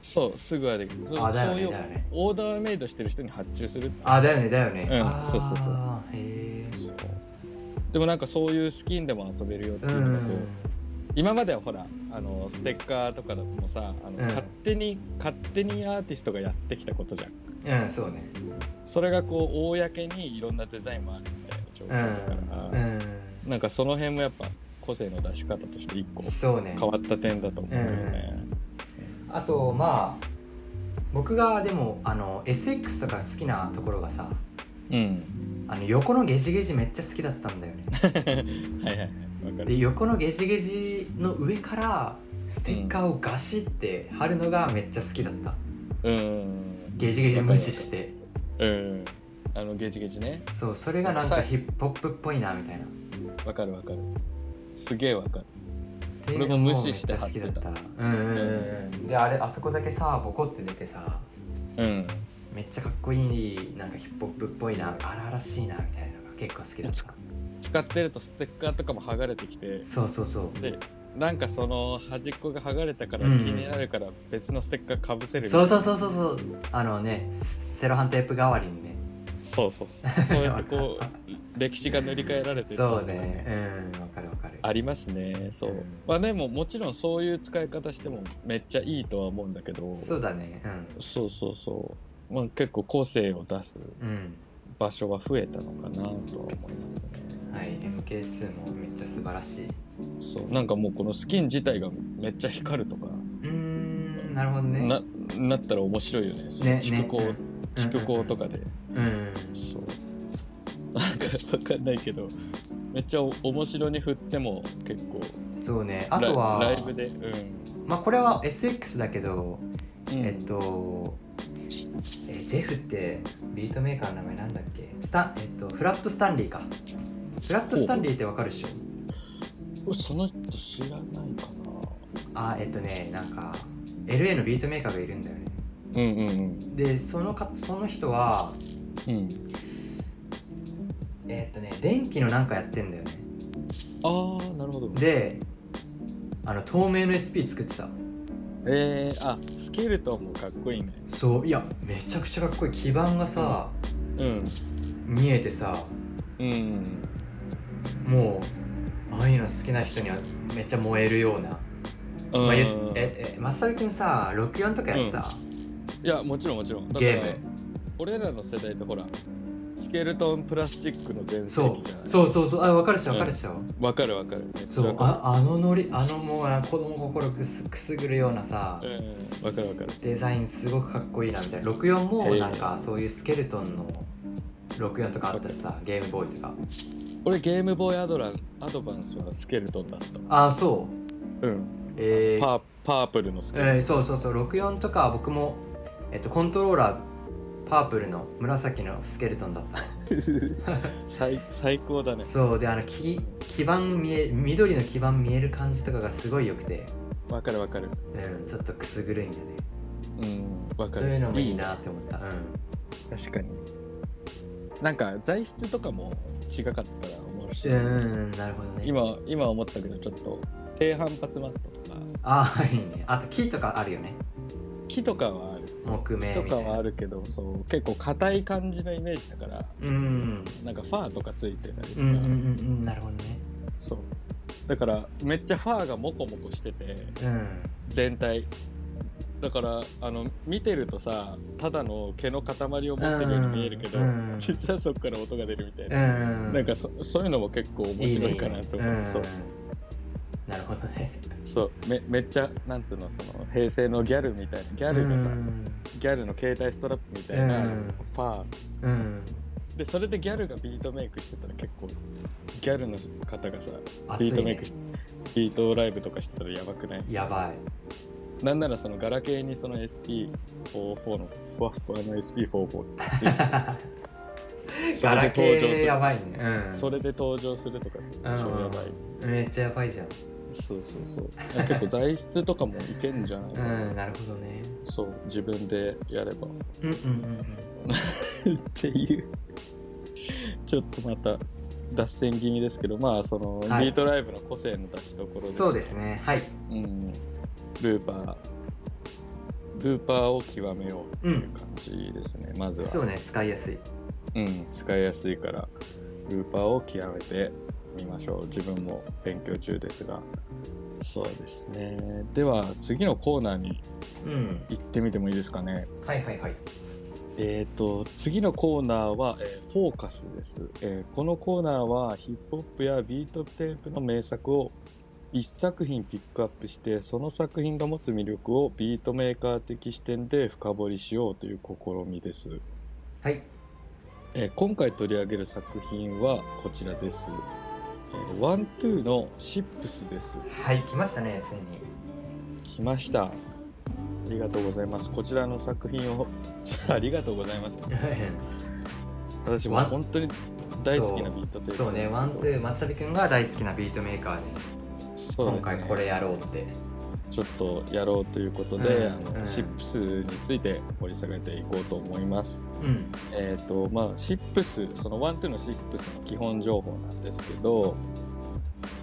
そうすぐはできるそうあだよねそうだいようねオーダーメイドしてる人に発注するってあだよねだよね、うんあーそうそうそうへえそうでもなんかそういうスキンでも遊べるよってういうのがこうん今まではほらあのステッカーとかでもさあの、うん勝手に勝手にアーティストがやってきたことじゃんうんそうねそれがこう公にいろんなデザインもあるみたいな状うん況だから、うなんかその辺もやっぱ個性の出し方として一個んそうね変わった点だと思うけどね、あとまあ僕がでもあの SX とか好きなところがさうん、 あの横のゲジゲジめっちゃ好きだったんだよねはいはいはいわかでる横のゲジゲジの上からステッカーをガシって貼るのがめっちゃ好きだったうんゲジゲジ無視してうんあのゲジゲジねそうそれがなんかヒップホップっぽいなみたいなわかるわかるすげえわかるっていうの俺も無視して貼めっっちてたゃ好きだったうんうんうんうんであれあそこだけさボコって出てさうんめっちゃかっこいいなんかヒップホップっぽいな荒々しいなみたいなのが結構好きだっつた使ってるとステッカーとかも剥がれてきてそうそうそうでなんかその端っこが剥がれたからうん気になるから別のステッカーかぶせるみたいそうなそうそうそうそうあのねセロハンテープ代わりにねそうそう そうそうやってこう歴史が塗り替えられてったりとそうかねうんわかるわかるありますねそう、うんまあでももちろんそういう使い方してもめっちゃいいとは思うんだけどそうだねうんそうそうそう、まあ、結構個性を出すうん場所は増えたのかなとは思いますねはい MK2 もめっちゃ素晴らしいうそうなんかもうこのスキン自体がめっちゃ光るとか、ーんなるほどねななったら面白いよねそのね蓄光、ね蓄光とかで、うんうんそうなんか分かんないけどめっちゃお面白に振っても結構そうねあとはライライブでうん、まあこれは SX だけどうんえっとえジェフってビートメーカーの名前なんだっけスタえっとフラットスタンリーかフラットスタンリーってわかるっしょ俺その人知らないかあえっとねなんか LA のビートメーカーがいるんだよねなうんうんうんでそのかその人はうんえーっとね電気のなんかやってんだよねああなるほどであの透明の SP 作ってたえー、あスケルトンもかっこいいねそういやめちゃくちゃかっこいい基板がさうん見えてさうんもうああいうの好きな人にはめっちゃ燃えるような、うんまあ、ゆええマサル君さ64とかやってた、いやもちろんもちろんだかゲらーム俺らの世代ってほらスケルトンプラスチックの全盛そ期じゃなういそうそうそうあ分かるっしょ分かるっしょ、わかるわかるめっちゃそうわかああのノリあのもうな子供心くすくすぐるようなさ、るうんわかるわかるデザインすごくかっこいいなみたいな64もへえなんかそういうスケルトンの64とかあったしさゲームボーイとか俺ゲームボーイアドランアドバンスはスケルトンだったああそううんえーパーパープルのスケルトン、えーそうそうそう64とか僕も、えっと、コントローラーパープルの紫のスケルトンだった 最最高だねそうであのき基盤見え緑の基盤見える感じとかがすごい良くて、わかるわかるうん、ちょっとくすぐるいんだよねうんわかそるういうのもいいなって思ったうん確かになんか材質とかも違かったら思うし、うんうんなるほどね今今思ったけどちょっと低反発マットとかああいいねあと木とかあるよね木とかはある木目み木たいとなかはあるけどそう結構硬い感じのイメージだからうんなんかファーとかついてたりとうか、んうんうんうんなるほどねそうだからめっちゃファーがモコモコしててうん全体だからあの見てるとさただの毛の塊を持ってるように見えるけど、うん実はそこから音が出るみたいな、うんなんかそそういうのも結構面白いかなと思うねそうなるほどねそうめめっちゃなんつうのその平成のギャルみたいなギャルがさ、うんギャルの携帯ストラップみたいな、うんファうんーでそれでギャルがビートメイクしてたら結構ギャルの方がさ熱ビーいねトメイクし、ビートライブとかしてたらやばくないやばなんならそのガラケーにその SP44 のふわっふわの SP44 って ついてたんですいそガれラで登ケ場すーるやばいねうんそれで登場するとか超やばい、めっちゃやばいじゃんそうそうそう結構材質とかもいけんじゃない、うんなるほどねそう自分でやればうんうんうんっていうちょっとまた脱線気味ですけどまあその、はいビートライブの個性の出しどころうでんすそうですねはいうん、ルーパーーパーを極めようっていううん感じですね、まずはそうね使いやすいうん、使いやすいからウーパーを極めてみましょう自分も勉強中ですがそうですねでは次のコーナーにうん行ってみてもいいですかねはいはいはいえっ、と次のコーナーは、えーフォーカスです、えーこのコーナーはヒップホップやビートテープの名作を一作品ピックアップしてその作品が持つ魅力をビートメーカー的視点で深掘りしようという試みですはいえー今回取り上げる作品はこちらです。えーワントゥーのシップスです。はい来ましたねついに 来ました。ありがとうございます。こちらの作品を ありがとうございます。私もワン本当に大好きなビートテープそうねワンツーまさびくんが大好きなビートメーカーでそう今ですね回これやろうってちょっとやろうということで、うんあのうんシップスについて掘り下げていこうと思います。うんえっ、とまあシップスそのワントゥーのシップスの基本情報なんですけど、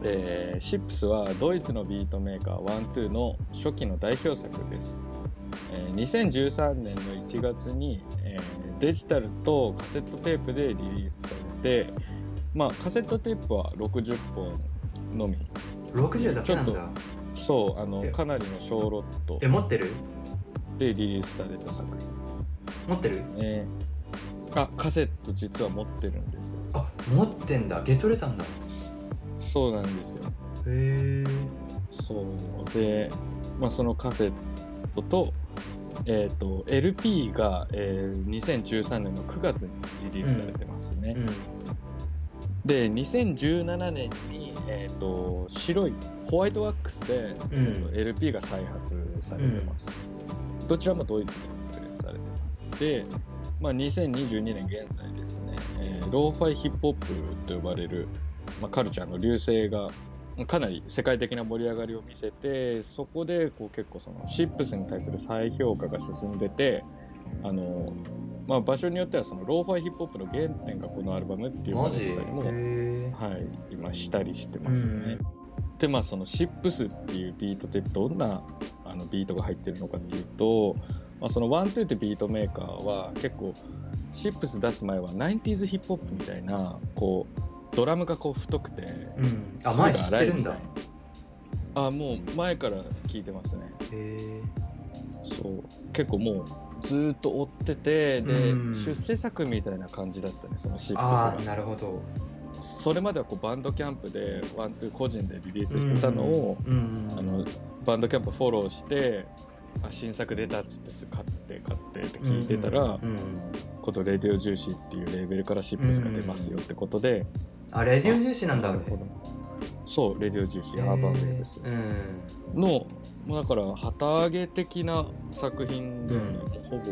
えーシップスはドイツのビートメーカーワントゥーの初期の代表作です、えー2013年の1月に、えーデジタルとカセットテープでリリースされてまあカセットテープは60本のみ60だけなんちょだそうあのえかなりの小ロットえ持ってるでリリースされた作品持ってでるすねあカセット実は持ってるんですよあ持ってんだゲ取れたんだへそうなんですよえそうで、まあ、そのカセットと,、えー、と LP が、えー2013年の9月にリリースされてますね、うんで2017年に、えー、と白いホワイトワックスで、うんえーと LP が再発されてます、どちらもドイツでプレスされてますで、まあ、2022年現在ですね、えーローファイヒップホップと呼ばれる、まあ、カルチャーの流星がかなり世界的な盛り上がりを見せてそこでこう結構そのシップスに対する再評価が進んでてあの、まあ、場所によってはそのローファイヒップホップの原点がこのアルバムっていうマものだジっへたりもえはい、今したりしてますね。でまあそのシップスっていうビートってどんなあのビートが入ってるのかっていうと、まあ、そのワントゥーってビートメーカーは結構シップス出す前は 90s ヒップホップみたいなこうドラムがこう太くてうんあ粒前が知ってるんだ粗いみたいなあもう前から聞いてますねへそう結構もうずーっと追っててでうん出世作みたいな感じだったねそのシップスえがああ。なるほどそれまではこうバンドキャンプでワントゥー個人でリリースしてたのを、うんあのバンドキャンプフォローしてあ新作出たっつってす買って買ってって聞いてたら、うんこと「レディオジューシー」っていうレーベルからシップスが出ますよってことで、あレディオ重視なんだなるほどそう「レディオジューシーアーバンウェーブスへーの」もうだから旗揚げ的な作品で、ほぼ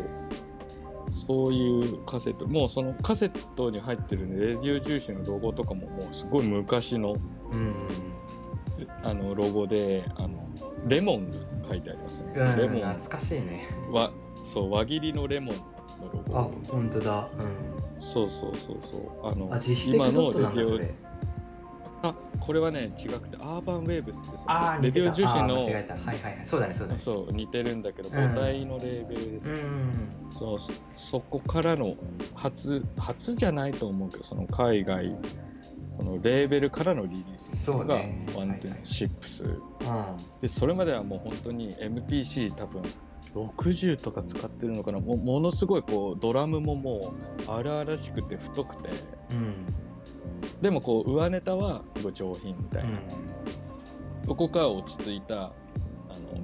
そういうカセットもうそのカセットに入ってるねレディオジューシーのロゴとかももうすごい昔のうんうんあのロゴであのレモンが書いてありますね。うんレうんモン懐かしいねはそう輪切りのレモンのロあゴ。本当だうそうそうそうそうあのんあ実今費ののレデなんだそィれオあこれはね違くてアーバンウェーブスってそあうーレ似デてィたオ重視あーの間違えたはいはいはいそうだねそうだねそう似てるんだけどうん母体のレーベルです、うんうんそうそそこからの初初じゃないと思うけどその海外そのレーベルからのリリースそうがねワンテンシップス。うんでそれまではもう本当に MPC 多分60とか使ってるのかなもうものすごいこうドラムももう荒々しくて太くてうんでもこう上ネタはすごい上品みたいな、どこかは落ち着いたあの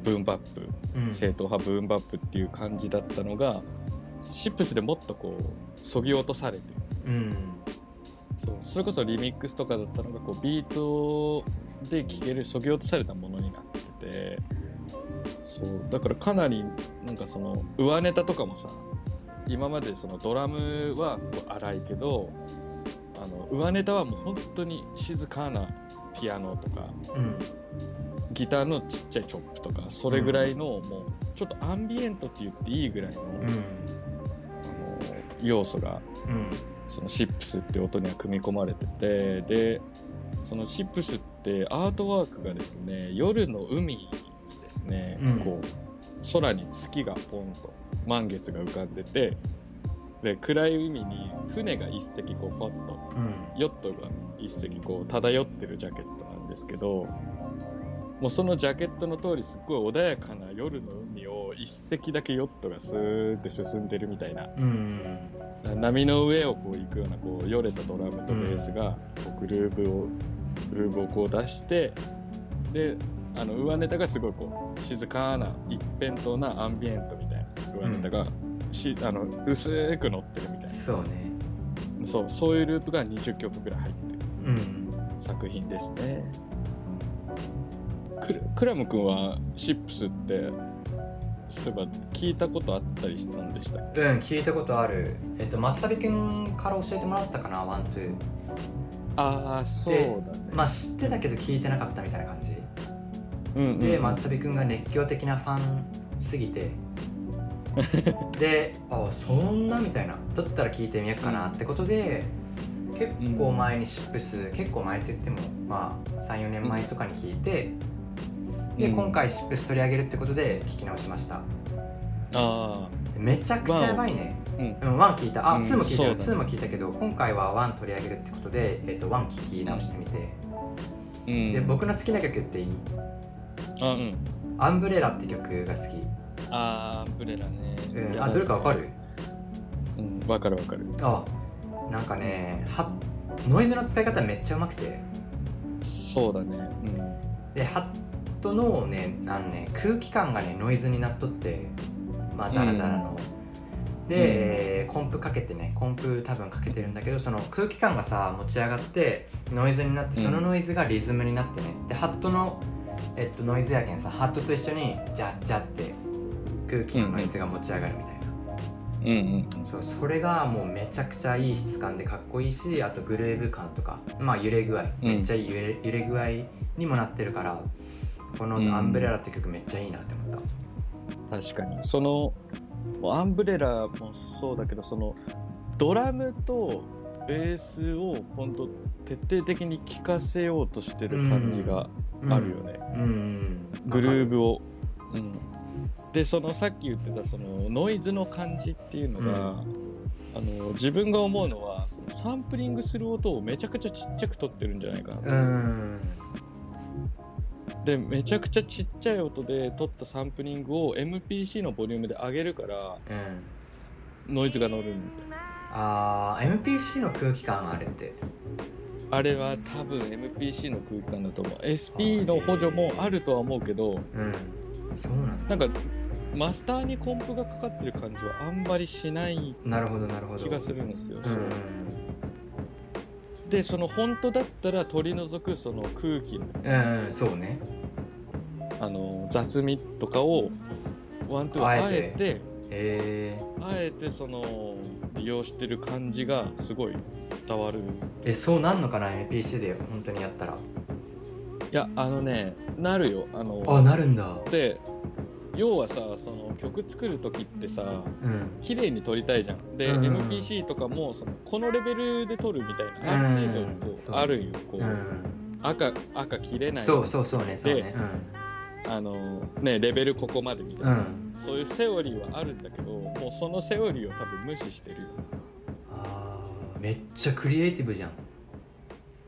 ブーンバップ、うんうん正統派ブーンバップっていう感じだったのがシップスでもっとこうそぎ落とされてうんそうそれこそリミックスとかだったのがこうビートで聴けるそぎ落とされたものになっててそうだからかなりなんかその上ネタとかもさ今までそのドラムはすごい荒いけどあの上ネタはもう本当に静かなピアノとかうんギターのちっちゃいチョップとかそれぐらいのもうちょっとアンビエントって言っていいぐらいの,、うあのん要素がうんそのシップスって音には組み込まれててでそのシップスってアートワークがですね夜の海にですね、うんこ空に月がポンと満月が浮かんでてで暗い海に船が一隻こうファッとうんヨットが一隻こう漂ってるジャケットなんですけどもうそのジャケットの通りすっごい穏やかな夜の海を一隻だけヨットがスーって進んでるみたいなうん波の上をこう行くようなこうよれたドラムとベースがこうグルーブをグルーブをこう出してであの上ネタがすごいこう静かな一辺倒なアンビエントみたいな上ネタが、しあの薄く乗ってるみたいそうねなそうそういうループが20曲ぐらい入ってるうん作品ですね。クラクラム君はシップスってそういえば聞いたことあったりしたんでしたっうん聞いたことあるえっと松旅くんから教えてもらったかなワンツーああそうだねまあ知ってたけど聞いてなかったみたいな感じうんうん、で松旅くんが熱狂的なファンすぎ てであそんなみたいなだったら聞いてみようかなってことで結構前にシップス結構前って言ってもまあ34年前とかに聞いてでうん今回シップス取り上げるってことで聞き直しましたあめちゃくちゃやばいねあうんうん1聞いたあうん2も聞いたそようだね2も聞いたけど今回は1取り上げるってことで、えっと1聞き直してみてうんで僕の好きな曲っていいあうん「アンブレラ」って曲が好き、あーアンブレラね、うん、やばあいどれかわかるうんわかるわかるあなんかねはノイズの使い方めっちゃうまくてそうだねでハットのねあのね空気感がねノイズになっとってまあザラザラの、で、うんえーコンプかけてねコンプ多分かけてるんだけどその空気感がさ持ち上がってノイズになってうんそのノイズがリズムになってね、でハットの、えっと、ノイズやけんさハットと一緒にジャッジャって空気のノイズが持ち上がるみたいな。うんうんそうそれがもうめちゃくちゃいい質感でかっこいいしあとグルーヴ感とかまあ揺れ具合うんめっちゃいい揺れ,、揺れ具合にもなってるからこのうん「アンブレラ」って曲めっちゃいいなって思っ確かにそのアンブレラもそうだけどそのドラムとベースを本当徹底的に聴かせようとしてる感じがたあるよね、うん、うん、グルーヴヴを、うん、でそのさっき言ってたそのノイズの感じっていうのが、うあの自分が思うのはそのサンプリングする音をめちゃくちゃちっちゃく取ってるんじゃないかなとう思うんですよ、んでめちゃくちゃちっちゃい音で取ったサンプリングを MPC のボリュームで上げるからうんノイズが乗るみたいなあー MPC の空気感あれってあれは多分 MPC の空間だと思う SP の補助もあるとは思うけどうんそうなんだなんかマスターにコンプがかかってる感じはあんまりしないなるほどなるほど気がするんですよ、うんそううんでその本当だったら取り除くその空気のうん、うん、そうねあの雑味とかをワントゥーああええてえーあえてその利用してる感じがすごい伝わるいえそうなんのかな MPC で本当にやったらやあのねなるよあのあなるんだで要はさその曲作る時ってさうん綺麗に撮りたいじゃんで、うん MPC とかもそのこのレベルで撮るみたいな、ある程度こううんあるよこう、うん赤赤切れないそうそうそうねそうでねあのねレベルここまでみたいうん、うな、ん、そういうセオリーはあるんだけどもうそのセオリーを多分無視してるよあーめっちゃクリエイティブじゃん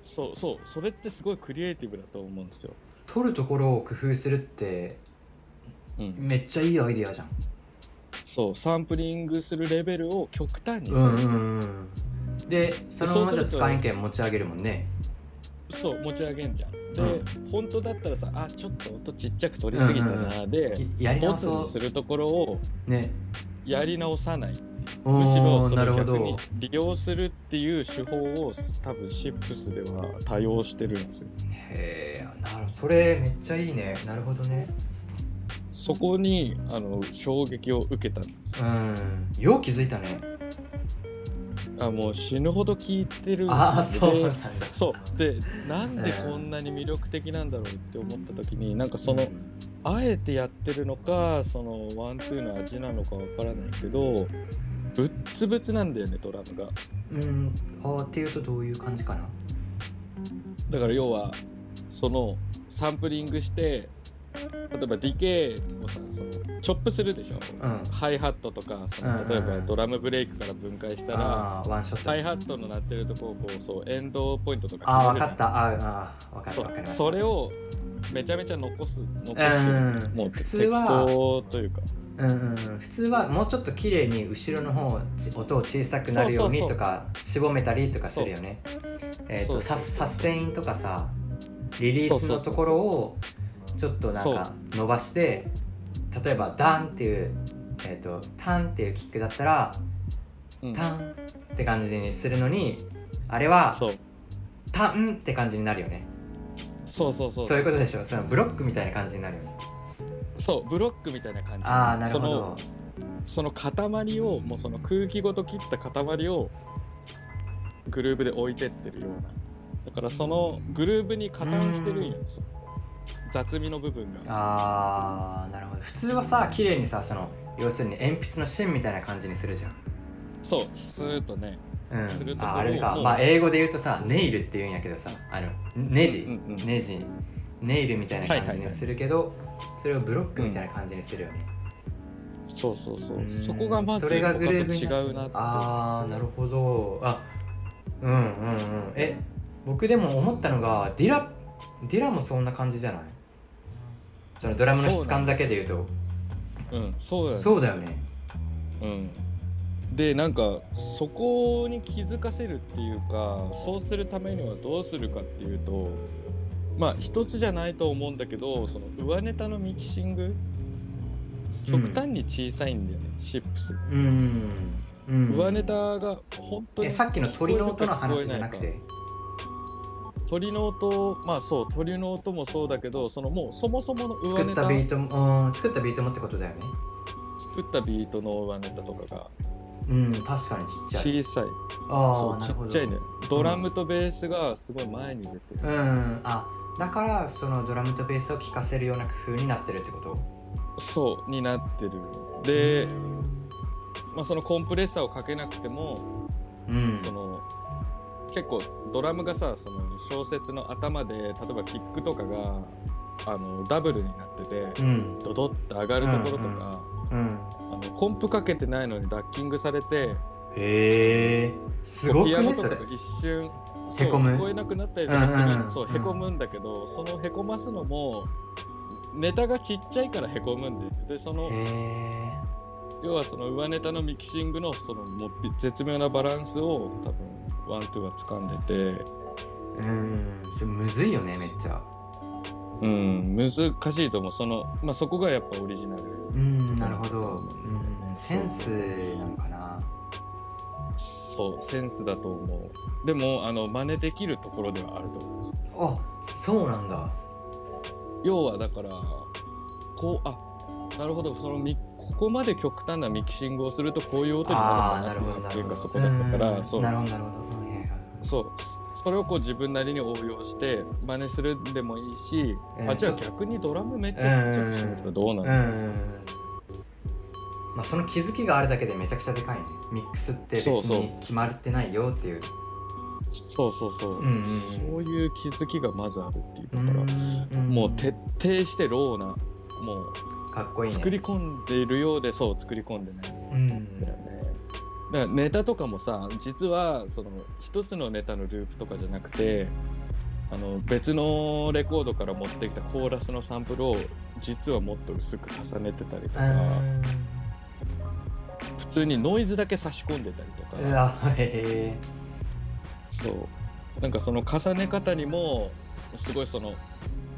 そうそうそれってすごいクリエイティブだと思うんですよ、撮るところを工夫するってうん、めっちゃいいアイディアじゃんそうサンプリングするレベルを極端にすうる、んうんうんでそのそうますまじるゃと使えんけん持ち上げるもんねそう持ち上げんじゃんで、う本当だったらさあちょっと音ちっちゃく取りすぎたな、でやりボ直ツにすそうるところをねやり直さないおむしろーそなるのほ逆にど利用するっていう手法を多分シップスでは多用してるんですよへえなるそれめっちゃいいねなるほどねそこにあの衝撃を受けたんですようんよう気づいたねあもう死ぬほど聞いてるんああですよそうでなんだそうでなんでこんなに魅力的なんだろうって思った時になんかそのあえてやってるのかそのワントゥーの味なのかわからないけどぶっつぶつなんだよねドラムがうんあーっていうとどういう感じかなだから要はそのサンプリングして例えばディケイをさそのチョップするでしょ、うんハイハットとかそのうん例えばドラムブレイクから分解したら、あーワンショットハイハットの鳴ってるとこをこうそうエンドポイントとかあー決めるじ分かゃんったあーあー分かる分かりまそしたそれをめちゃめちゃ残す残してうんもう普適通は当というかうんうんうん普通はもうちょっと綺麗に後ろの方ち音を小さくなるようにそうそうそうとか絞めたりとかするよね。えっそとうそサうそうスサステインとかさリリースのところをちょっとなんそうか伸ばして例えばダンっていう、えっとタンっていうキックだったらうんタンって感じにするのにあれはそうタンって感じになるよね。そうそうそうそういうことでしょそのブロックみたいな感じになるよね。そうブロックみたいな感じああなるほそのど。その塊をもうその空気ごと切った塊をグルーブで置いてってるようなだからそのグルーブに加担してるんよ雑味の部分があーなるほど普通はさ綺麗にさその要するに鉛筆の芯みたいな感じにするじゃん、そうスーッとねうん、するところああれかもうまあ英語で言うとさネイルって言うんやけどさあのネジ、うんうんネジネイルみたいなはい感はじいはにいするけど、それをブロックみたいな感じにするよね、そうそうそううんそこがまずそれが他とグルーブに違なうなってあーなるほどあうんうんうんえ僕でも思ったのがディラディラもそんな感じじゃないそのドラムの質感だけで言うとうんそうだよねそうだよねうん、でなんかそこに気づかせるっていうかそうするためにはどうするかっていうとまあ一つじゃないと思うんだけどその上ネタのミキシングうん極端に小さいんだよね、シップスうん、うん、上ネタが本当にえさっきの鳥の音の話じゃなく聞こて鳥の音まあそう鳥の音もそうだけどそのもうそもそもの上作ネっタたビートも、うん、作ったビートもってことだよね作ったビートの上ネタとかがうん確かにちっちゃい小さいあそうあなちるほっどちゃいねドラムとベースがすごい前に出てるうんあだからそのドラムとベースを聴かせるような工夫になってるってことそうになってるで、まあ、そのコンプレッサーをかけなくても、うんその結構ドラムがさその小説の頭で例えばキックとかがあのダブルになってて、うんドドッと上がるところとか、うんあのコンプかけてないのにダッキングされてへえすごくピアノねとそかれが一瞬そうへこむ聞こえなくなったりとかする、うんうんうんそうへこむんだけど、そのへこますのもネタがちっちゃいからへこむんででそのへえ要はその上ネタのミキシングのそのもうび絶妙なバランスを多分ワントゥーは掴んでてうんそれむずいよねめっちゃうん難しいと思うその、まあ、そこがやっぱオリジナルうんなるほど、うん、センスそうそうそうなのかなそうセンスだと思うでもあの真似できるところではあると思うんですあそうなんだ要はだからこうあなるほどそのミここまで極端なミキシングをするとこういう音になあるあんーだななっていうるほどなっるてほいうどかそこだったからそうなるほどなるほどうんはいはいそうそそれをこう自分なりに応用して真似するんでもいいし、うんあじゃあ逆にドラムめっちゃちっちゃくしてみたらどうなの、うんまあ、その気づきがあるだけでめちゃくちゃでかいねミックスって別そうそうに決まってないよっていうそうそうそう、うんうんそういう気づきがまずあるっていううだから、んもう徹底してローなもうかっこいいね作り込んでいるようでそう作り込んでないんうんだよねだからネタとかもさ実はその一つのネタのループとかじゃなくてあの別のレコードから持ってきたコーラスのサンプルを実はもっと薄く重ねてたりとか、普通にノイズだけ差し込んでたりとうんうかわへそうなんかその重ね方にもすごいその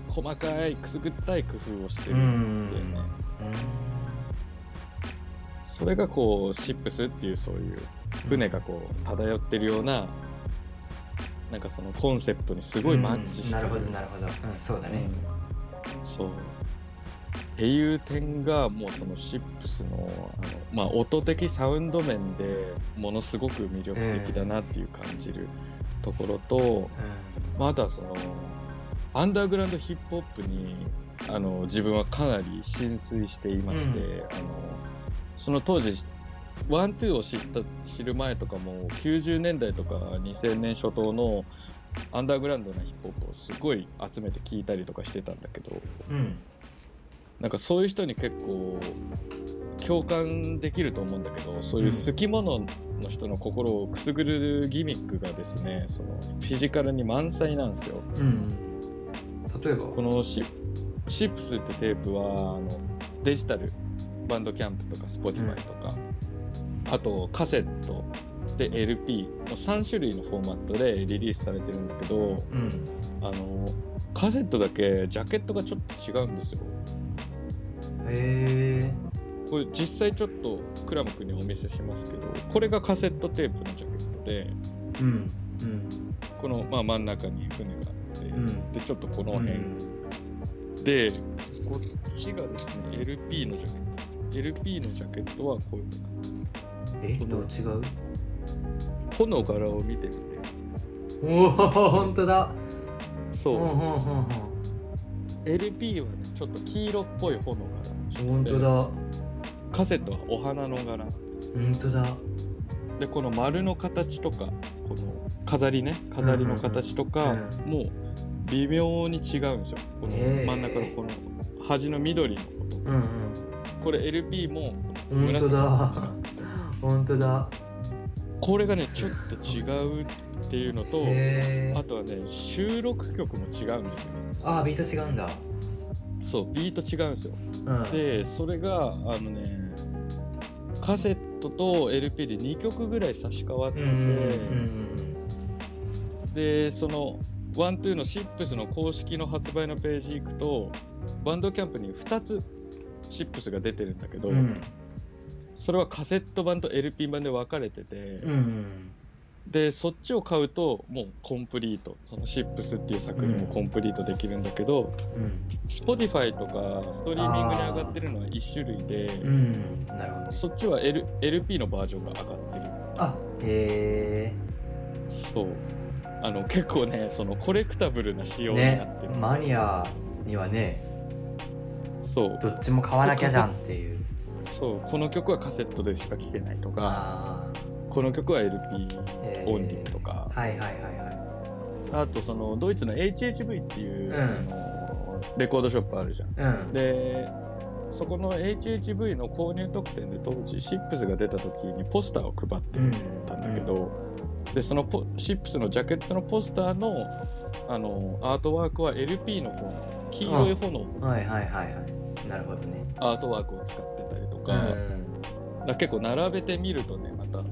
細かいくすぐったい工夫をしてえるうんだよね、んそれがこうシップスっていうそういう船がこう漂ってるようななんかそのコンセプトにすごいマッチしてうんる、なるほどなるほど、うん、そうだね、うんそうっていう点がもうそのシップスのあの、まあ、音的サウンド面でものすごく魅力的だなっていう感じるところと、まあ、あとはそのアンダーグラウンドヒップホップにあの自分はかなり浸水していまして、うあのその当時ワントゥーを知った知る前とかも90年代とか2000年初頭のアンダーグラウンドなヒップホップをすごい集めて聞いたりとかしてたんだけどうん、うんなんかそういう人に結構共感できると思うんだけどそういう好き者の人の心をくすぐるギミックがですねそのフィジカルに満載なんですよ。うん例えばこのシシップスってテープはあのデジタルバンドキャンプとか Spotify とか、あとカセットで LP の3種類のフォーマットでリリースされてるんだけどうんあのカセットだけジャケットがちょっと違うんですよ。へこれ実際ちょっとクラム君にお見せしますけどこれがカセットテープのジャケットでえうんうんこの、まあ、真ん中に船があって、うんでちょっとこのう辺、んでこっちがですね LP のジャケット LP のジャケットはこういうえどう違う穂の柄を見てみておお本当だそほう、んほんほんほん LP はねちょっと黄色っぽい穂の柄本当だでカセットはお花の柄なんですよ本当だでこの丸の形とかこの飾りね飾りの形とか、うんうんうんもう微妙に違うんですよこのへー真ん中のこの端の緑のことうんうんこれ LP も本当だ本当だこれがねちょっと違うっていうのとへあえとはね収録曲も違うんですよああビート違うんだそうビート違うんですようんでそれがあのねカセットと LP で2曲ぐらい差し替わってうて、んうんうんでそのワントゥーのシップスの公式の発売のページ行くとバンドキャンプに2つシップスが出てるんだけど、うんうんそれはカセット版と LP 版で分かれてて、うんうんでそっちを買うともうコンプリートそのシップスっていう作品もコンプリートできるんだけど、Spotify とかストリーミングに上がってるのは1種類で、うんうんなるほどそっちは、L、LP のバージョンが上がってるあへそうあの結構ねそのコレクタブルな仕え様になねってる、マニアにはねそうどっちも買わなきゃじゃんっていうそうこの曲はカセットでしか聴けないとかあこの曲は LP あへえオンリーとか、はいはいはいはあとそのドイツの HHV っていう、うんあのレコードショップあるじゃんいうんでそこの HHV の購入特典で当時シップスが出た時にポスターを配ってたんだけど、でそのポシップスのジャケットのポスターのあのアートワークは LP の方の黄色い方のはいはいはいはいなるほどねアートワークを使ってたりとか,、うん結構並べてみるとねまたへ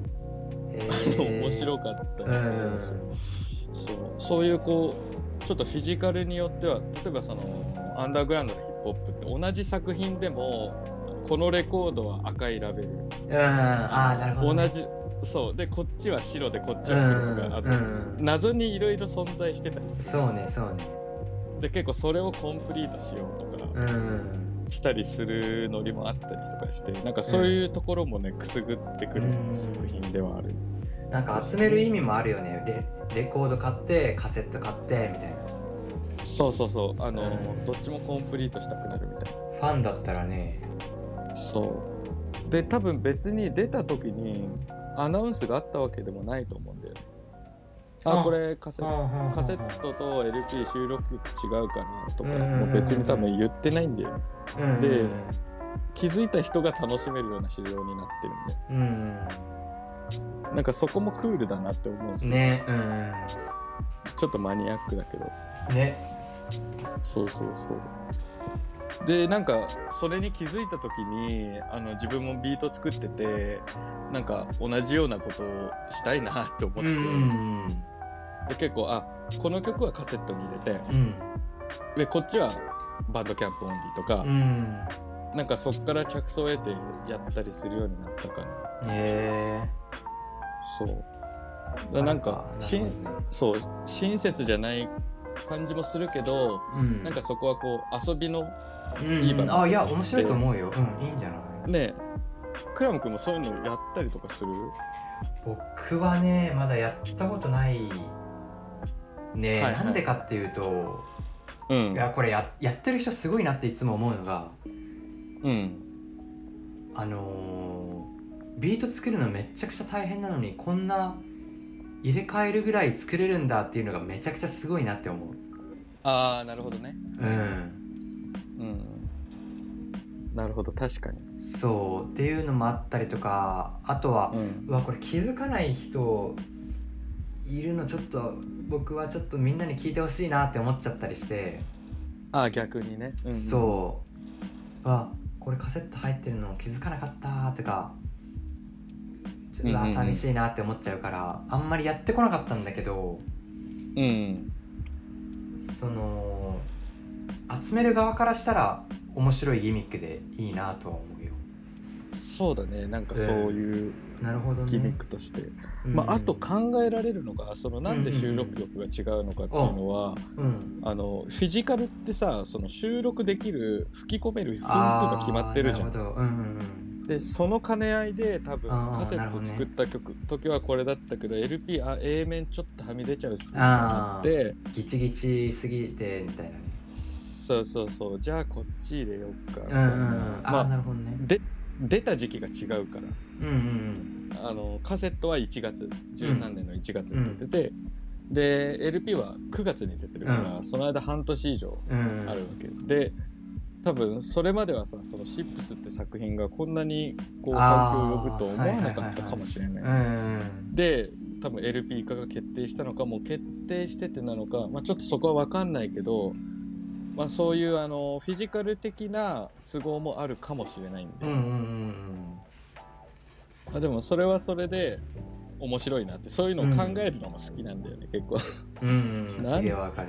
え面白かったりするんですよ、そうそういうこうちょっとフィジカルによっては例えばそのアンダーグラウンドのヒップホップって同じ作品でもこのレコードは赤いラベルうんああなるほどね同じそうでこっちは白でこっちは黒とかあって、うんうんうん謎にいろいろ存在してたりするそうねそうねで結構それをコンプリートしようとうかんうんしたりするノリもあったりとかしてなんかそういうところもねくすぐってくるうん作品ではある、なんか集める意味もあるよねレレコード買ってカセット買ってみたいなそうそうそうあの、うんどっちもコンプリートしたくなるみたいなファンだったらねそうで多分別に出た時にアナウンスがあったわけでもないと思うんだよねああこれカセカカセットと LP 収録曲違うかなとかうんうんうんうんもう別に多分言ってないんだようんで気づいた人が楽しめるような市場になってるんうんうんでなんかそこもクールだなって思うんですよ、ねうんちょっとマニアックだけどうんねそうそうそうでなんかそれに気づいた時にあの自分もビート作っててなんか同じようなことをしたいなって思って、うんうんで結構あこの曲はカセットに入れてうんでこっちはバンドキャンプオンリーとか、うんなんかそっから着想を得てやったりするようになったかなへえそうだなんかしんなるほどねそう親切じゃない感じもするけどうんなんかそこはこう遊びのうんいいバランスあいや面白いと思うようんいいんじゃないねクラム君もそういうのやったりとかする僕はねまだやったことないね、はいはいなんでかっていうとうんいやこれややってる人すごいなっていつも思うのがうんあのービート作るのめちゃくちゃ大変なのにこんな入れ替えるぐらい作れるんだっていうのがめちゃくちゃすごいなって思うああなるほどねうんうんなるほど確かに、そうっていうのもあったりとかあとは、うんうわこれ気づかない人いるのちょっと僕はちょっとみんなに聞いてほしいなって思っちゃったりして、あ逆にね、うん、そううわこれカセット入ってるの気づかなかったとかうんちょっとううんわうん寂しいなって思っちゃうから、あんまりやってこなかったんだけどうん、うん、その集める側からしたら面白いギミックでいいなとは思うよそうだねなんかええそういうなるほどねギミックとして、うんまあ、あと考えられるのがそのなんで収録力が違うのかっていうのは、うんあのフィジカルってさその収録できる吹き込める分数が決まってるじゃあーんなるほどうんうんうんでその兼ね合いで多分あーカセなるッほどトね作った曲、時はこれだったけど LP あ A 面ちょっとはみ出ちゃうっすってなってギチギチすぎてみたいなねそうそうそうじゃあこっち入れようかみうたいな、んうんうんあまーあなるほどねで出た時期が違うからうんうんあのカセットは1月13年の1月に出てて、で LP は9月に出てるから、うその間半年以上うんうんうんあるわけで多分それまではさその「シップスって作品がこんなにこうあ反ー響を呼ぶと思わなかったかもしれない。うんうんで多分 LP 化が決定したのかもう決定しててなのか、まあ、ちょっとそこは分かんないけど、まあ、そういうあのフィジカル的な都合もあるかもしれないんで、うんうんうんまあ、でもそれはそれで面白いなってそういうのを考えるのも好きなんだよね、結構うんうんうんなんすげえわかる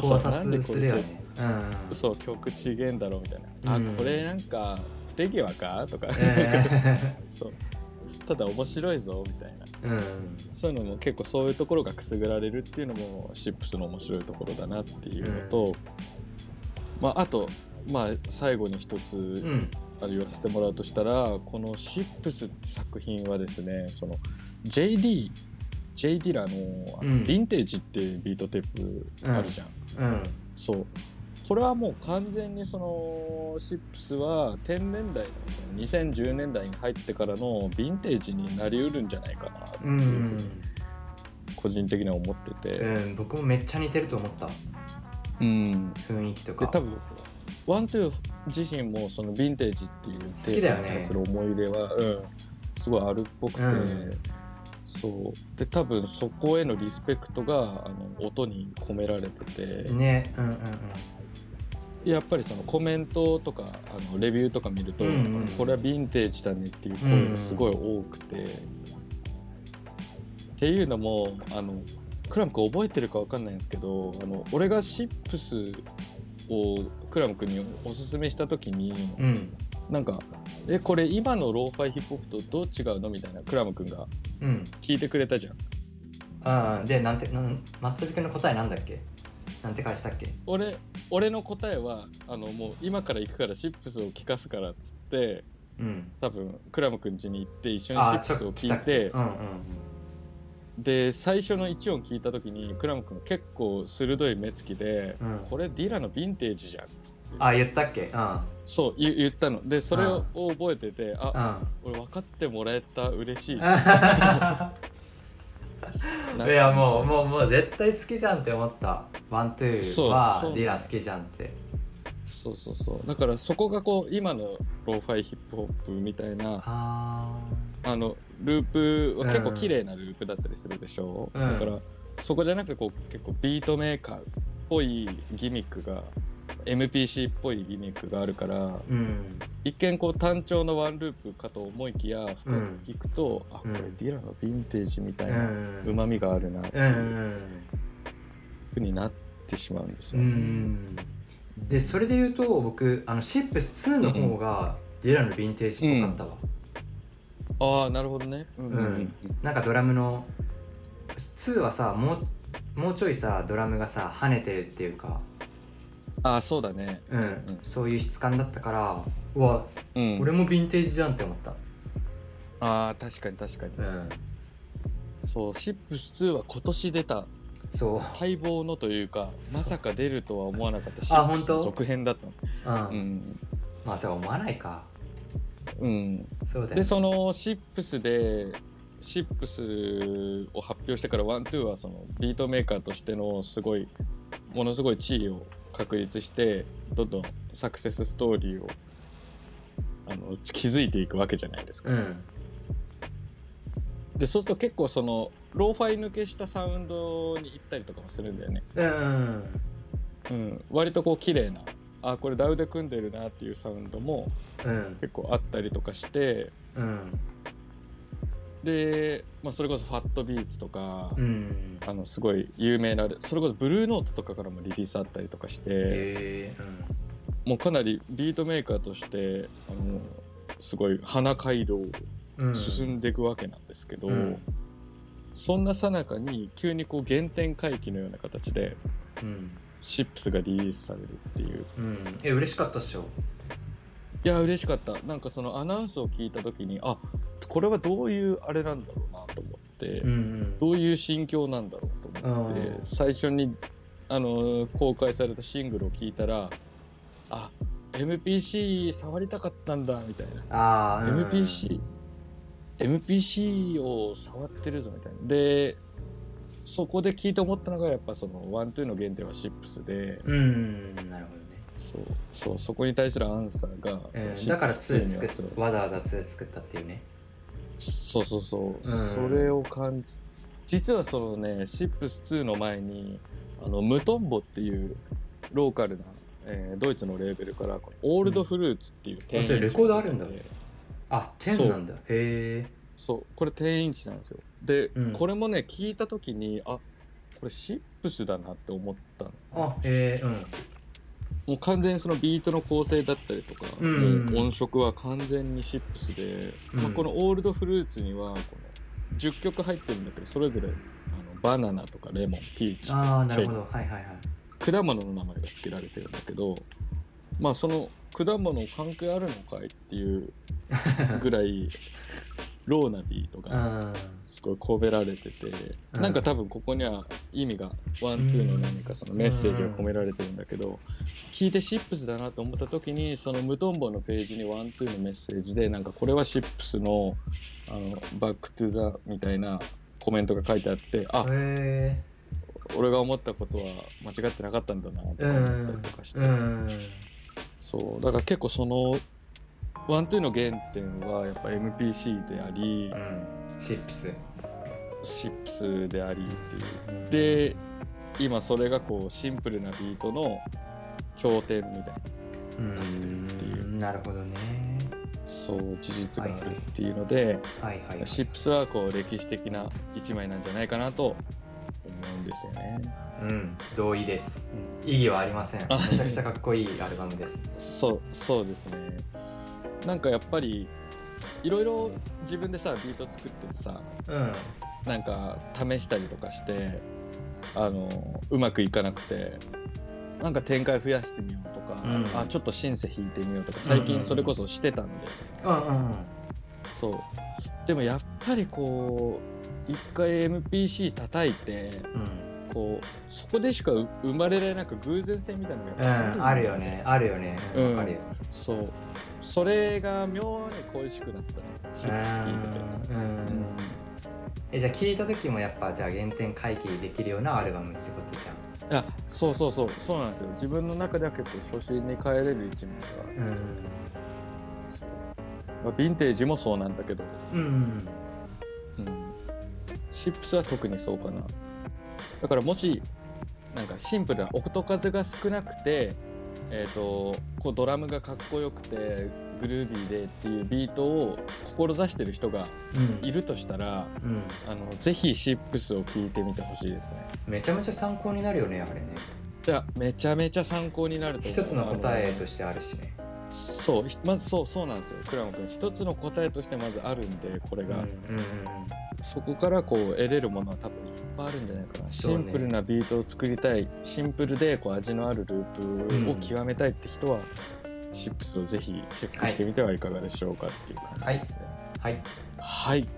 そ考うなんで察こすれるよねうんうんそう曲ちげえんだろうみたいな、うんあこれなんか不手際かとか、え そうただ面白いぞみたいなーうんそういうのも結構そういうところがくすぐられるっていうのもシップスの面白いところだなっていうのと、まあ、あと、まあ、最後に一うつんあれ言わせてもらうとしたら、このシップスって作品はですねその JD J ・ディラのあのうんヴィンテージっていうビートテープあるじゃん、うんそうこれはもう完全にそのシップスは天然代の2010年代に入ってからのヴィンテージになりうるんじゃないかなっていうんううん個人的には思ってうて、んうん僕もめっちゃ似てると思ったうん、で雰囲気とか多分ワントゥー自身もそのヴィンテージっていう好きだよねテーマに対する思い入れは、うん、すごいあるっぽくて、うんそうで多分そこへのリスペクトがあの音に込められてて、ねうんうんうんやっぱりそのコメントとかあのレビューとか見ると、うんうんこれはヴィンテージだねっていう声がすごい多くて、っていうのもあのクラム君覚えてるかわかんないんですけどあの俺がシップスをクラム君におすすめした時に、うんなんか「えこれ今のローファイヒップホップとどう違うの?」みたいなクラム君がうん聞いてくれたじゃん。あーでなんてなん松尾君の答えなんだっけなんて返したっけ俺俺の答えはあのもう今から行くからシップスを聞かすからっつって。うん多分クラムくん家に行って一緒にシあッープちょスを来聞たいっけてうんうんで最初の1音聞いた時にクラムくん結構鋭い目つきでうん「これディラのヴィンテージじゃん」っつってあ言ったっ けうんそう言言ったのでそれをあを覚えててうあん俺分かってもらえた嬉しいないやもうもうもう絶対好きじゃんって思ったワントゥそーうはそうディラ好きじゃんってそうそうそうだからそこがこう今のローファイヒップホップみたいなああのループは結構うん綺麗なループだったりするでしょ、うんだからそこじゃなくてこう結構ビートメーカーっぽいギミックが MPC っぽいギミックがあるからーうん一見こう単調のワンループかと思いきや深うんく聞くと、あこうんれディラのヴィンテージみたういなんうまみがあるなってうんういうんふうになってしまうんですうよ。んでそれで言うと僕あのシップス2の方がディラのヴィンテージっぽかったわ、ああなるほどね。うんうんうんなんかドラムの2はさもうもうちょいさドラムがさ跳ねてるっていうか、ああそうだね。うんんそういう質感だったからうわうん、俺もヴィンテージじゃんって思った、ああ確かに確かに。うん、そうシップス2は今年出たそう待望のというかまさか出るとは思わなかったしあ本当続編だったのうん、うん、まあそうは思わないかうん、そうだよでねそのシップスでシップスを発表してからワン・トゥーはそのビートメーカーとしてのすごいものすごい地位を確立してどんどんサクセスストーリーをあの気づいていくわけじゃないですか、うんでそうすると結構そのローファイ抜けしたサウンドに行ったりとかもするんだよね、うんうん、割とこう綺麗なあこれダウで組んでるなっていうサウンドもうん結構あったりとかしてうんで、まあ、それこそファットビーツとか、うんあのすごい有名なそれこそブルーノートとかからもリリースあったりとかしてへえうんもうかなりビートメーカーとしてあのすごい花街道をうん進んでいくわけなんですけど、うんそんなさなかに急にこう原点回帰のような形でうんシップスがリリースされるっていううんえ嬉しかったっしょいや嬉しかったなんかそのアナウンスを聞いた時にあこれはどういうあれなんだろうなと思って、うんどういう心境なんだろうと思ってうん最初にあの公開されたシングルを聞いたらあ MPC 触りたかったんだみたいな、ああ MPC MPC を触ってるぞみたいなでそこで聞いて思ったのがやっぱそのワントゥーの原点はシップスでうんなるほどねそうそうそこに対するアンサーが、そうんのだからシップ2スには作っわざわざ2作ったっていうねそうそうそう、うんそれを感じ実はそのねシップス2の前にあのムトンボっていうローカルな、えードイツのレーベルからこのオールドフルーツっていうあそれレコードあるんだであ10なんだへえそうこれ10インチなんですよで、うんこれもね聞いた時にあこれシップスだなって思ったのあへえうんもう完全にそのビートの構成だったりとか、うんもう音色は完全にシップスで、うんまあ、この「オールドフルーツ」にはこの10曲入ってるんだけどそれぞれあのバナナとかレモンピーチああなるほどはいはいはい果物の名前が付けられてるんだけどまあその果物関係あるのかいっていう ぐらいローなビートうがんすごいこべられてて、うんなんか多分ここには意味がワンツーの何かそのメッセージが込められてるんだけど、聞いてシップスだなと思った時にその無トンボのページにワンツーのメッセージでなんかこれはシップスのあのバックトゥザみたいなコメントが書いてあってあ、へ俺が思ったことは間違ってなかったんだなとか思ったりとかして、えうんそうだから結構そのワンツーの原点はやっぱ MPC であり、うんシップスシップスでありっていう。で今それがこうシンプルなビートの経典みたいなうんっていうなるほどねそう事実があるっていうので、はいはいはいシップスはこう歴史的な一枚なんじゃないかなと思うんですよね。うん同意です意義はありませんめあちゃくちゃかっこいいアルバムですそうそうですね。なんかやっぱりいろいろ自分でさビート作っててさうんなんか試したりとかしてあのうまくいかなくてなんか展開増やしてみようとか、うんあちょっとシンセ弾いてみようとか最近それこそしてたんで、うんうんうんそうでもやっぱりこう一回 MPC 叩いてうんこうそこでしかう生まれられなく偶然性みたいなのがやっぱんうだよんあるよねあるよねうんわかるよそうそれが妙に恋しくなったねシップスキーみたいな。うんうんえじゃあ聞いた時もやっぱじゃあ原点回帰できるようなアルバムってことじゃあんそうそうそうそうなんですよ自分の中では結構初心に帰れる一面があるうそうまあ、ヴィンテージもそうなんだけど、ん、うん、うん、シップスは特にそうかなだからもしなんかシンプルな音数が少なくて、えー、とこうドラムがかっこよくてグルービーでっていうビートを志してる人がうんいるとしたらうん、あのぜひシップスを聴いてみてほしいですねめちゃめちゃ参考になるよねあれねいやめちゃめちゃ参考になると思う一つの答えとしてしてあるしねそうひまずそうそうなんですよクラム君一つの答えとしてまずあるんでこれうんうが、んそこからこう得れるものは多分いっぱいあるんじゃないかな、シそうねンプルなビートを作りたいシンプルでこう味のあるループを極めたいって人は、シップスをぜひチェックしてみてはいかがでしょうかっていう感じですねはいはい、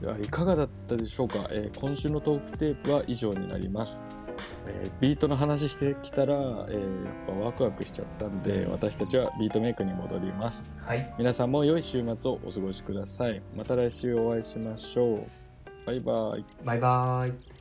ではいかがだったでしょうか、えー今週のトークテープは以上になります、えービートの話してきたら、えーやっぱワクワクしちゃったんで私たちはビートメイクに戻りますはい皆さんも良い週末をお過ごしください。また来週お会いしましょう。バイバイ。バイバーイ